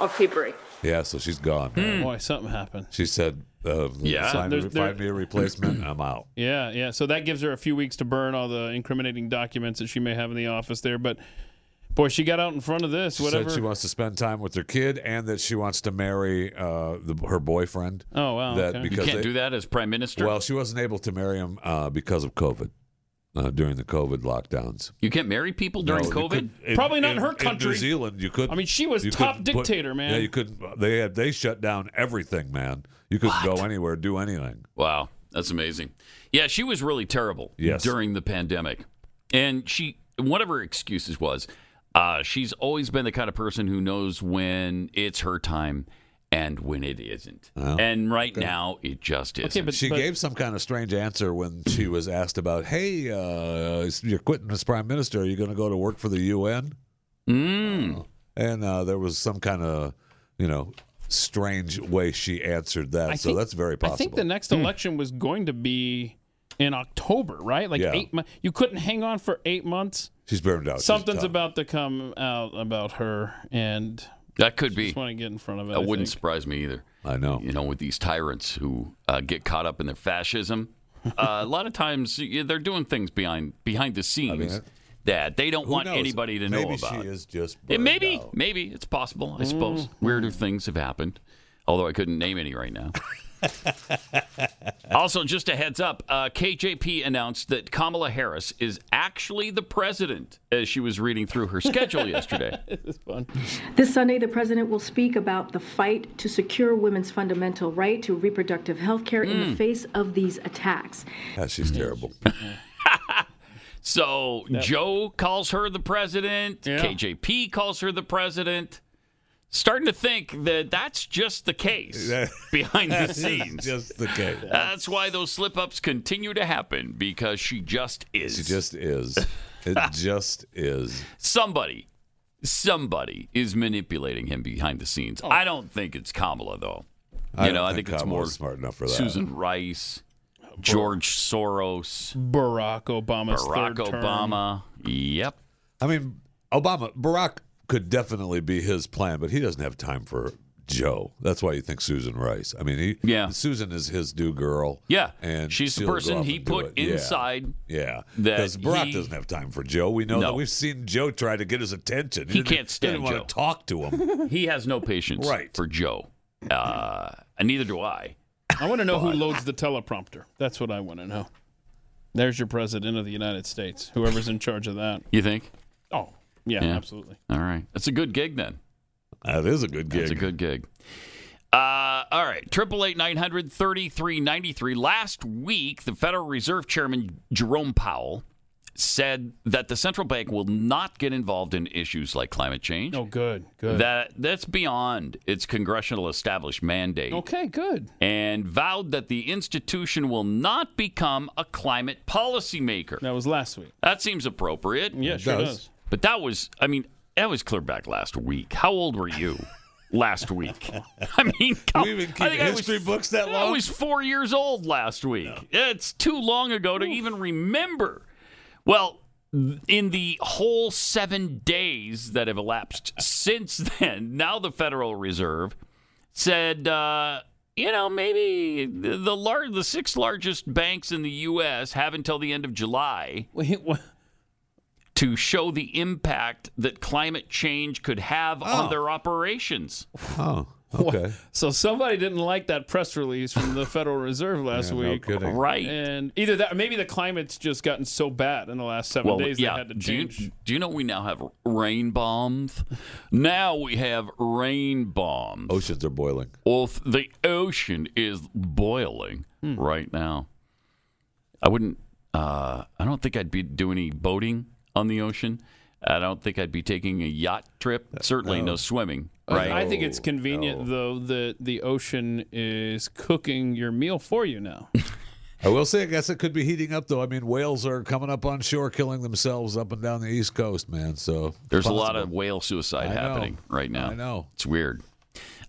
of February. Yeah, so she's gone. Hmm. man. Boy, something happened. She said, uh, Yeah. find, There's- there- find me a replacement. I'm out. Yeah, yeah. So that gives her a few weeks to burn all the incriminating documents that she may have in the office there. But boy, she got out in front of this. She Whatever. said she wants to spend time with her kid and that she wants to marry uh, the, her boyfriend. Oh, wow, That okay. You because can't they- do that as Prime Minister. Well, she wasn't able to marry him uh, because of COVID uh, during the COVID lockdowns. you can't marry people during No, you COVID. couldn't- in- Probably not in her New country. Zealand, you could. I mean, she was you top couldn't put- dictator, man. Yeah, you couldn't. They had they shut down everything, man. You couldn't go anywhere, do anything. Wow, that's amazing. Yeah, she was really terrible Yes. during the pandemic. And she one of her excuses was uh, she's always been the kind of person who knows when it's her time and when it isn't. and right now it just isn't. she gave some kind of strange answer when she was asked about, "Hey, uh, you're quitting as prime minister. Are you going to go to work for the UN?" Mm. and uh, there was some kind of, you know, strange way she answered that. I so think- that's very possible. I think the next election was going to be in October, right? Like Yeah. eight months. You couldn't hang on for eight months. She's burned out. She's Something's tough. about to come out about her, and That could be. just want to get in front of it. That I wouldn't think. surprise me either. I know. You know, with these tyrants who uh, get caught up in their fascism, uh, a lot of times yeah, they're doing things behind behind the scenes that they don't Who want knows? anybody to know Maybe about. She is just. Yeah, burned maybe, out. maybe it's possible. I suppose Mm-hmm. weirder things have happened, although I couldn't name any right now. also, just a heads up: uh, KJP announced that Kamala Harris is actually the president, as she was reading through her schedule yesterday. This Sunday, the president will speak about the fight to secure women's fundamental right to reproductive health care in the face of these attacks. Yeah, she's terrible. So Joe calls her the president. KJP calls her the president. Starting to think that that's just the case behind the That is scenes. just the case. That's why those slip ups continue to happen because she just is. She just is. It just is. Somebody, somebody is manipulating him behind the scenes. Oh. I don't think it's Kamala though. I you know, don't I think think it's Kamala's more smart enough for that. Susan Rice, Oh, George Soros, Barack Obama's Barack third term. Obama. Yep. I mean, Obama, Barack could definitely be his plan, but he doesn't have time for Joe. That's why you think Susan Rice. I mean, he, yeah, Susan is his do girl. Yeah, and she's the she'll go person up he and do put it. Yeah. inside Yeah, that because Barack he- doesn't have time for Joe. We know No. that we've seen Joe try to get his attention. He didn't- can't stand didn't want Joe. to talk to him. he has no patience Right. for Joe. Uh, and neither do I. I want to know who loads the teleprompter. That's what I want to know. There's your president of the United States, whoever's in charge of that. You think? Oh, yeah, absolutely. All right. That's a good gig then. That is a good gig. That's a good gig. Uh, all right. Triple eight nine hundred thirty three ninety three. Last week, the Federal Reserve Chairman Jerome Powell said that the central bank will not get involved in issues like climate change. Oh, good, good. That that's beyond its congressional established mandate. okay, good. And vowed that the institution will not become a climate policymaker. That was last week. That seems appropriate. Yeah, It sure does. does. But that was, I mean, that was clear back last week. How old were you last week? I mean, come, we even keep I think I was- history books that long. I was four years old last week. It's too long ago to even remember. Well, th- in the whole seven days that have elapsed since then, now the Federal Reserve said, uh, you know, maybe the the, lar- the six largest banks in the U.S. have until the end of July to show the impact that climate change could have on Oh. their operations. Oh, okay. So somebody didn't like that press release from the Federal Reserve last Yeah, no week, kidding. Right. And either that, or maybe the climate's just gotten so bad in the last seven days they had to do you, change. do you know we now have rain bombs? Now we have rain bombs. Oceans are boiling. Well, th- the ocean is boiling Hmm. right now. I wouldn't. Uh, I don't think I'd be doing any boating on the ocean. I don't think I'd be taking a yacht trip. Uh, Certainly no, swimming. Right. I think it's convenient though that the ocean is cooking your meal for you now. I will say, I guess it could be heating up though. I mean, whales are coming up on shore, killing themselves up and down the East Coast, man. So There's a lot of whale suicide I know. happening right now. I know. It's weird.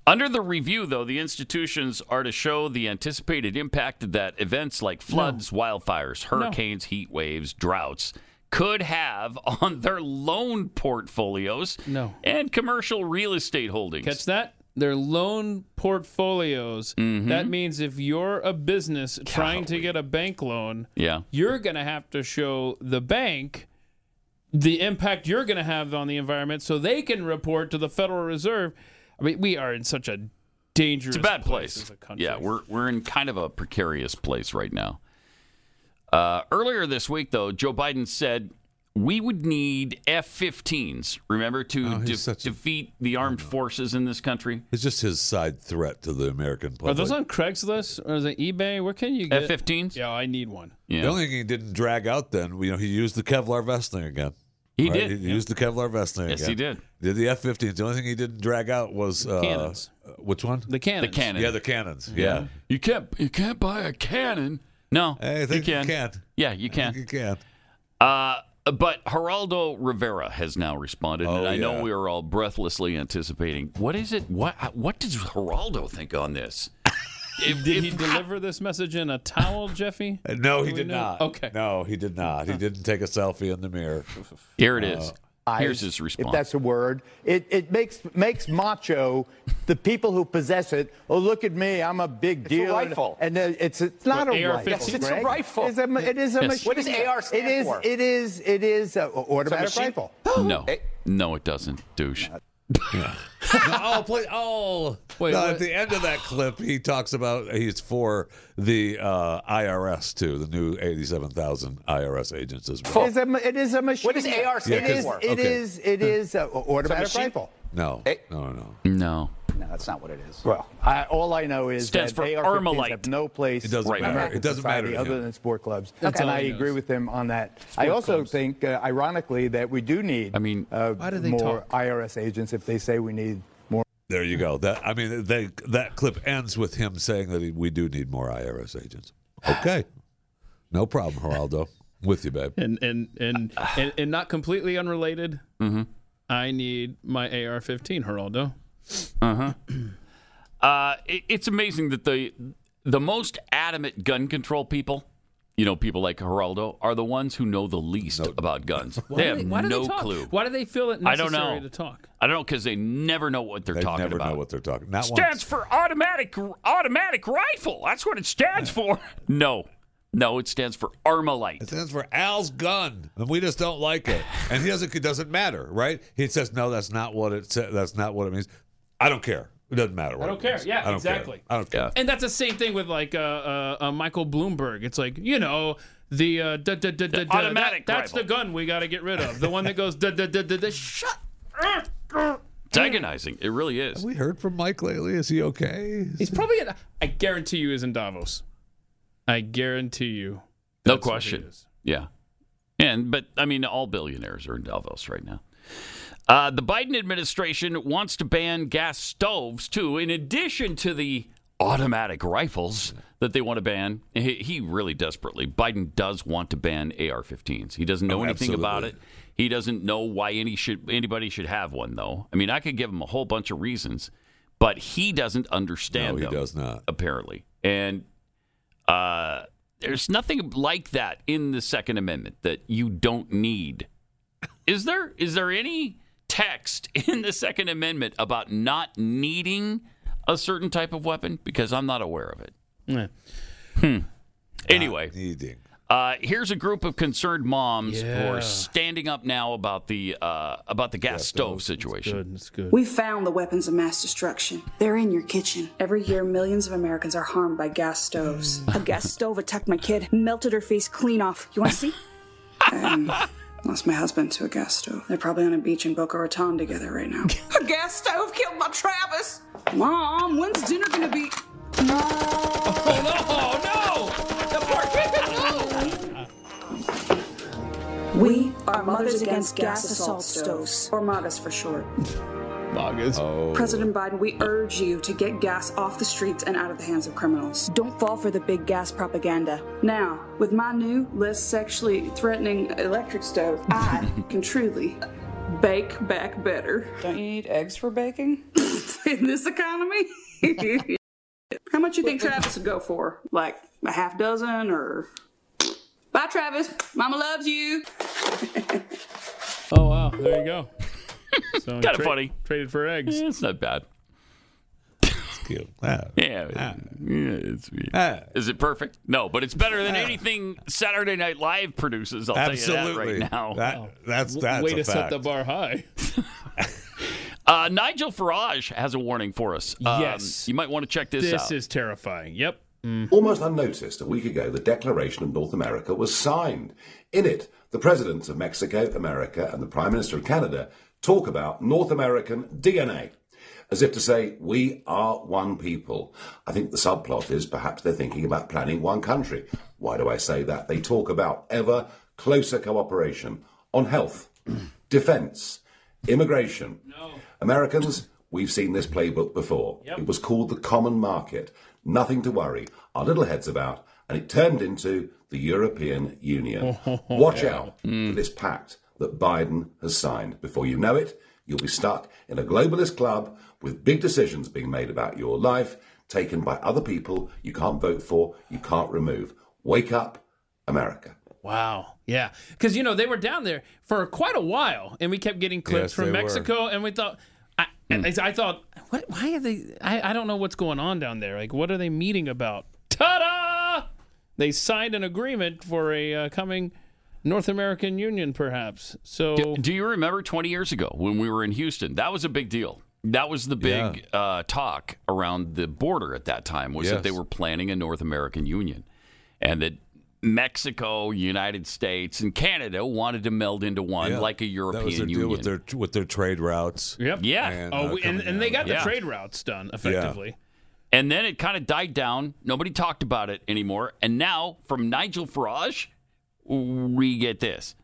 Under the review, though, the institutions are to show the anticipated impact that events like floods, wildfires, hurricanes, heat waves, droughts could have on their loan portfolios No. and commercial real estate holdings. Catch that? They're loan portfolios. Mm, Mm-hmm. That means if you're a business trying to get a bank loan, Yeah. you're going to have to show the bank the impact you're going to have on the environment so they can report to the Federal Reserve. I mean, we are in such a dangerous It's a bad place. as a country. yeah, we're we're in kind of a precarious place right now. Uh, earlier this week, though, Joe Biden said we would need F-15s. Remember to Oh, de- defeat the armed forces in this country. It's just his side threat to the American Are public. those on Craigslist or is it eBay? Where can you get F-15s? Yeah, I need one. Yeah. The only thing he didn't drag out then, you know, he used the Kevlar vest thing again. He did, He yeah. used the Kevlar vest thing Yes, again. he did. Did the F 15s. The only thing he didn't drag out was. Uh, Cannons. uh, Which one? The cannons. The cannon. Yeah, the Mm-hmm. cannons. Yeah. You can't you can't buy a cannon. No, I think you you can. can. Yeah, you can. You can. Uh, but Geraldo Rivera has now responded, and Oh, I know we were all breathlessly anticipating. What is it? What what does Geraldo think on this? If- Did he if- deliver this message in a towel, Jeffy? Uh, No, he Do we did know? Oh, not. Okay. No, he did not. He didn't take a selfie in the mirror. Here it is. Uh, Here's his If response. that's a word, it, it makes makes macho the people who possess it. Oh, look at me, I'm a big a deal. rifle. And, and uh, it's, it's not Well, a AR-15, rifle. Yes, it's a Greg. rifle. It's a, it is a Yes. machine. What does AR stand it is, for? It is it is a automatic machine- rifle. no, no, it doesn't, douche. oh, please. Oh. Wait, no, what- at the end of that clip, he talks about he's for the uh, IRS, too, the new 87,000 IRS agents as well. It's a, it is a machine. does AR It stand is for? it Okay. is it is a automatic machine? rifle. No. No, no, No. No, that's not what it is. Well, I, all I know is Stands that for AR-15s Armalite. have no place It doesn't in matter. American It doesn't matter society to him. other than sport clubs, That's and all I he agree knows. with him on that. I Sport also clubs. think, uh, ironically, that we do need I mean, uh, Why do they more IRS agents if they say we need more. There you go. That I mean, they, that clip ends with him saying that he, we do need more IRS agents. Okay, no problem, Geraldo. With you, babe. and and and and, and not completely unrelated. Mm-hmm. I need my AR-15, Geraldo. Uh-huh. Uh, it, it's amazing that the the most adamant gun control people, you know, people like Geraldo are the ones who know the least about guns. Why they do have why do no talk? clue. Why do they feel it I don't necessary know. to talk? I don't know because they never know what they're talking never about. know what they're talking. Not Stands for automatic automatic rifle. That's what it stands for. No, no, it stands for Armalite. It stands for Al's gun, and we just don't like it. And he doesn't. It doesn't matter, right? He says, "No, that's not what it. sa- That's not what it means." I don't care. It doesn't matter. What I don't it care. means. Yeah, I don't exactly. Care. I don't care. And that's the same thing with like uh, uh, uh, Michael Bloomberg. It's like you know the uh, da, da, da, da, da, automatic that- that's the gun we got to get rid of. The one that goes da da da da da. Shut. It's agonizing. It really is. We heard from Mike lately. Is he okay? He's probably. In, I guarantee you, is in Davos. I guarantee you. No that's what it question. is. Yeah. And but I mean all billionaires are in Davos right now. Uh, the Biden administration wants to ban gas stoves too, in addition to the automatic rifles that they want to ban. He, he really desperately. Biden does want to ban AR-15s. He doesn't know Oh, anything about it. absolutely. He doesn't know why any should anybody should have one though. I mean, I could give him a whole bunch of reasons, but he doesn't understand. No, he them, does not. apparently. And uh, there's nothing like that in the Second Amendment that you don't need. Is there? Is there any text in the Second Amendment about not needing a certain type of weapon? Because I'm not aware of it. Yeah. Hmm. Anyway, needing. Uh, here's a group of concerned moms who Yeah. are standing up now about the uh, about the gas stove situation. We found the weapons of mass destruction. They're in your kitchen. Every year, millions of Americans are harmed by gas stoves. A gas stove attacked my kid, melted her face clean off. You want to see? Um, lost my husband to a gas stove. They're probably on a beach in Boca Raton together right now. A gas stove killed my Travis. Mom, when's dinner gonna be? We are Mothers Against Gas Assault Stoves, or MAGAs for short. Oh. President Biden, we urge you to get gas off the streets and out of the hands of criminals. Don't fall for the big gas propaganda. Now, with my new, less sexually threatening electric stove, I can truly bake back better. Don't you need eggs for baking? In this economy? How much you think Travis would go for? Like a half dozen or. Bye, Travis. Mama loves you. Oh wow! There you go. So Kinda tra- funny. Traded for eggs. Yeah, it's not bad. cute. Yeah, Ah, yeah, it's, Is it perfect? No, but it's better than anything Saturday Night Live produces. I'll tell you Absolutely. that right now. That- that's- W- that's Way a to set fact. the bar high. Uh, Nigel Farage has a warning for us. Um, Yes. you might want to check this, This out. is terrifying. Yep. Mm. Almost unnoticed, a week ago, the Declaration of North America was signed. In it, the presidents of Mexico, America, and the Prime Minister of Canada talk about North American DNA, as if to say, we are one people. I think the subplot is perhaps they're thinking about planning one country. Why do I say that? They talk about ever closer cooperation on health, defence, immigration. Americans, we've seen this playbook before. It was called the common market. Nothing to worry our little heads about, and it turned into the European Union. Watch Yeah. out for this pact that Biden has signed. Before you know it, you'll be stuck in a globalist club with big decisions being made about your life, taken by other people you can't vote for, you can't remove. Wake up, America. Wow. Yeah. Because, you know, they were down there for quite a while and we kept getting clips Yes, from they were. Hmm. Mexico and we thought, I, I I thought, what, why are they, I, I don't know what's going on down there. Like, what are they meeting about? Ta da! They signed an agreement for a uh, coming North American Union, perhaps. So, Do, do you remember 20 years ago when we were in Houston? That was a big deal. That was the big uh, talk around the border at that time was that Yes. they were planning a North American Union and that Mexico, United States, and Canada wanted to meld into one Yeah. like a European that was their Union. deal with their with their trade routes. uh, Yep. Yeah. oh, we- and, and they got the Yeah. trade routes done effectively. And then it kind of died down. Nobody talked about it anymore. And now from Nigel Farage, we get this.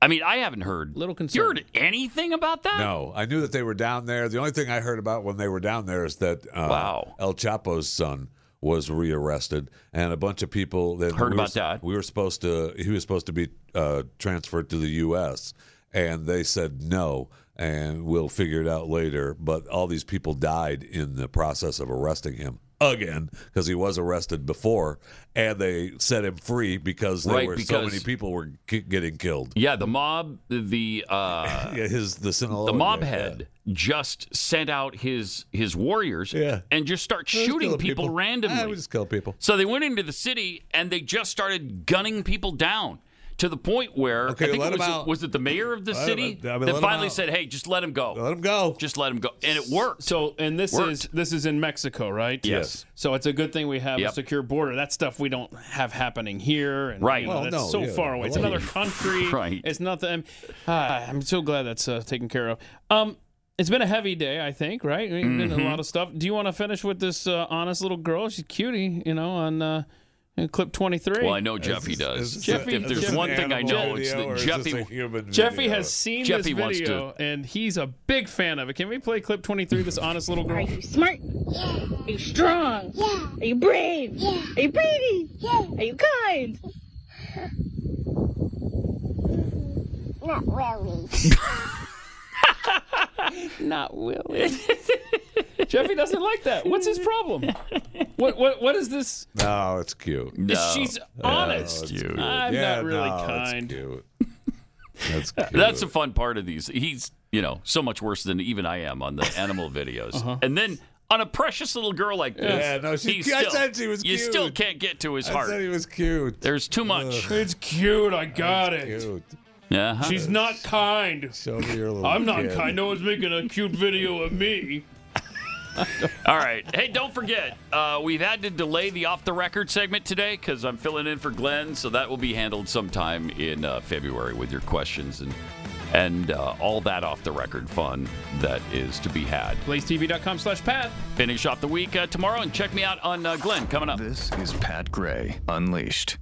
I mean, I haven't heard little concern. You heard anything about that? No, I knew that they were down there. The only thing I heard about when they were down there is that uh, El Chapo's son was rearrested, and a bunch of people that Heard we about were, that. We were supposed to. He was supposed to be uh, transferred to the U.S., and they said no, and we'll figure it out later. But all these people died in the process of arresting him. again because he was arrested before, and they set him free because there Right, were so because- many people were ki getting killed. Yeah, the mob, the uh, his the the mob head just sent out his his warriors and just start shooting kill people, people. randomly. Yeah, we just kill people. So they went into the city and they just started gunning people down to the point where Okay, I think let it was, him out. was it the mayor of the Let him- city I mean, let that him finally out. said, "Hey, just let him go. Let him go. Just let him go." And it worked. So, and this Worked. is this is in Mexico, right? Yes. So it's a good thing we have Yep. a secure border. That stuff we don't have happening here, and Right. You know, Well, that's no, so yeah. far away. It's Hello. another country. Right. It's nothing. ah, I'm so glad that's uh, taken care of. Um, it's been a heavy day, I think. Right. We've been a Mhm. lot of stuff. Do you want to finish with this uh, honest little girl? She's cutie, you know, on uh, in clip 23. Well, I know Jeffy does. Jeffy, if there's one thing I know, it's that Jeffy. Jeffy has seen Jeffy this wants video, to. and he's a big fan of it. Can we play clip 23, this honest little girl? Smart? Yeah. Are you strong? Yeah. Are you brave? Yeah. Are you pretty? Yeah. Are you kind? Not really. Not willing. Jeffy doesn't like that. What's his problem? What what what is this? No, it's cute. No. She's honest. it's cute. I'm Yeah, not really no, it's kind. cute. That's that's the fun part of these. He's you know so much worse than even I am on the animal videos. Uh-huh. And then on a precious little girl like this, Yeah, no, she- he I still, said she was You cute. still can't get to his I heart. said he was cute. There's too much. It's cute. I got it. Uh-huh. She's not kind. Show me your little I'm not kid. kind. No one's making a cute video of me. All right. Hey, don't forget, uh, we've had to delay the off the record segment today because I'm filling in for Glenn, so that will be handled sometime in uh, February with your questions and and uh, all that off the record fun that is to be had. BlazeTV.com slash Pat. Finish off the week uh, tomorrow and check me out on uh, Glenn coming up. This is Pat Gray Unleashed.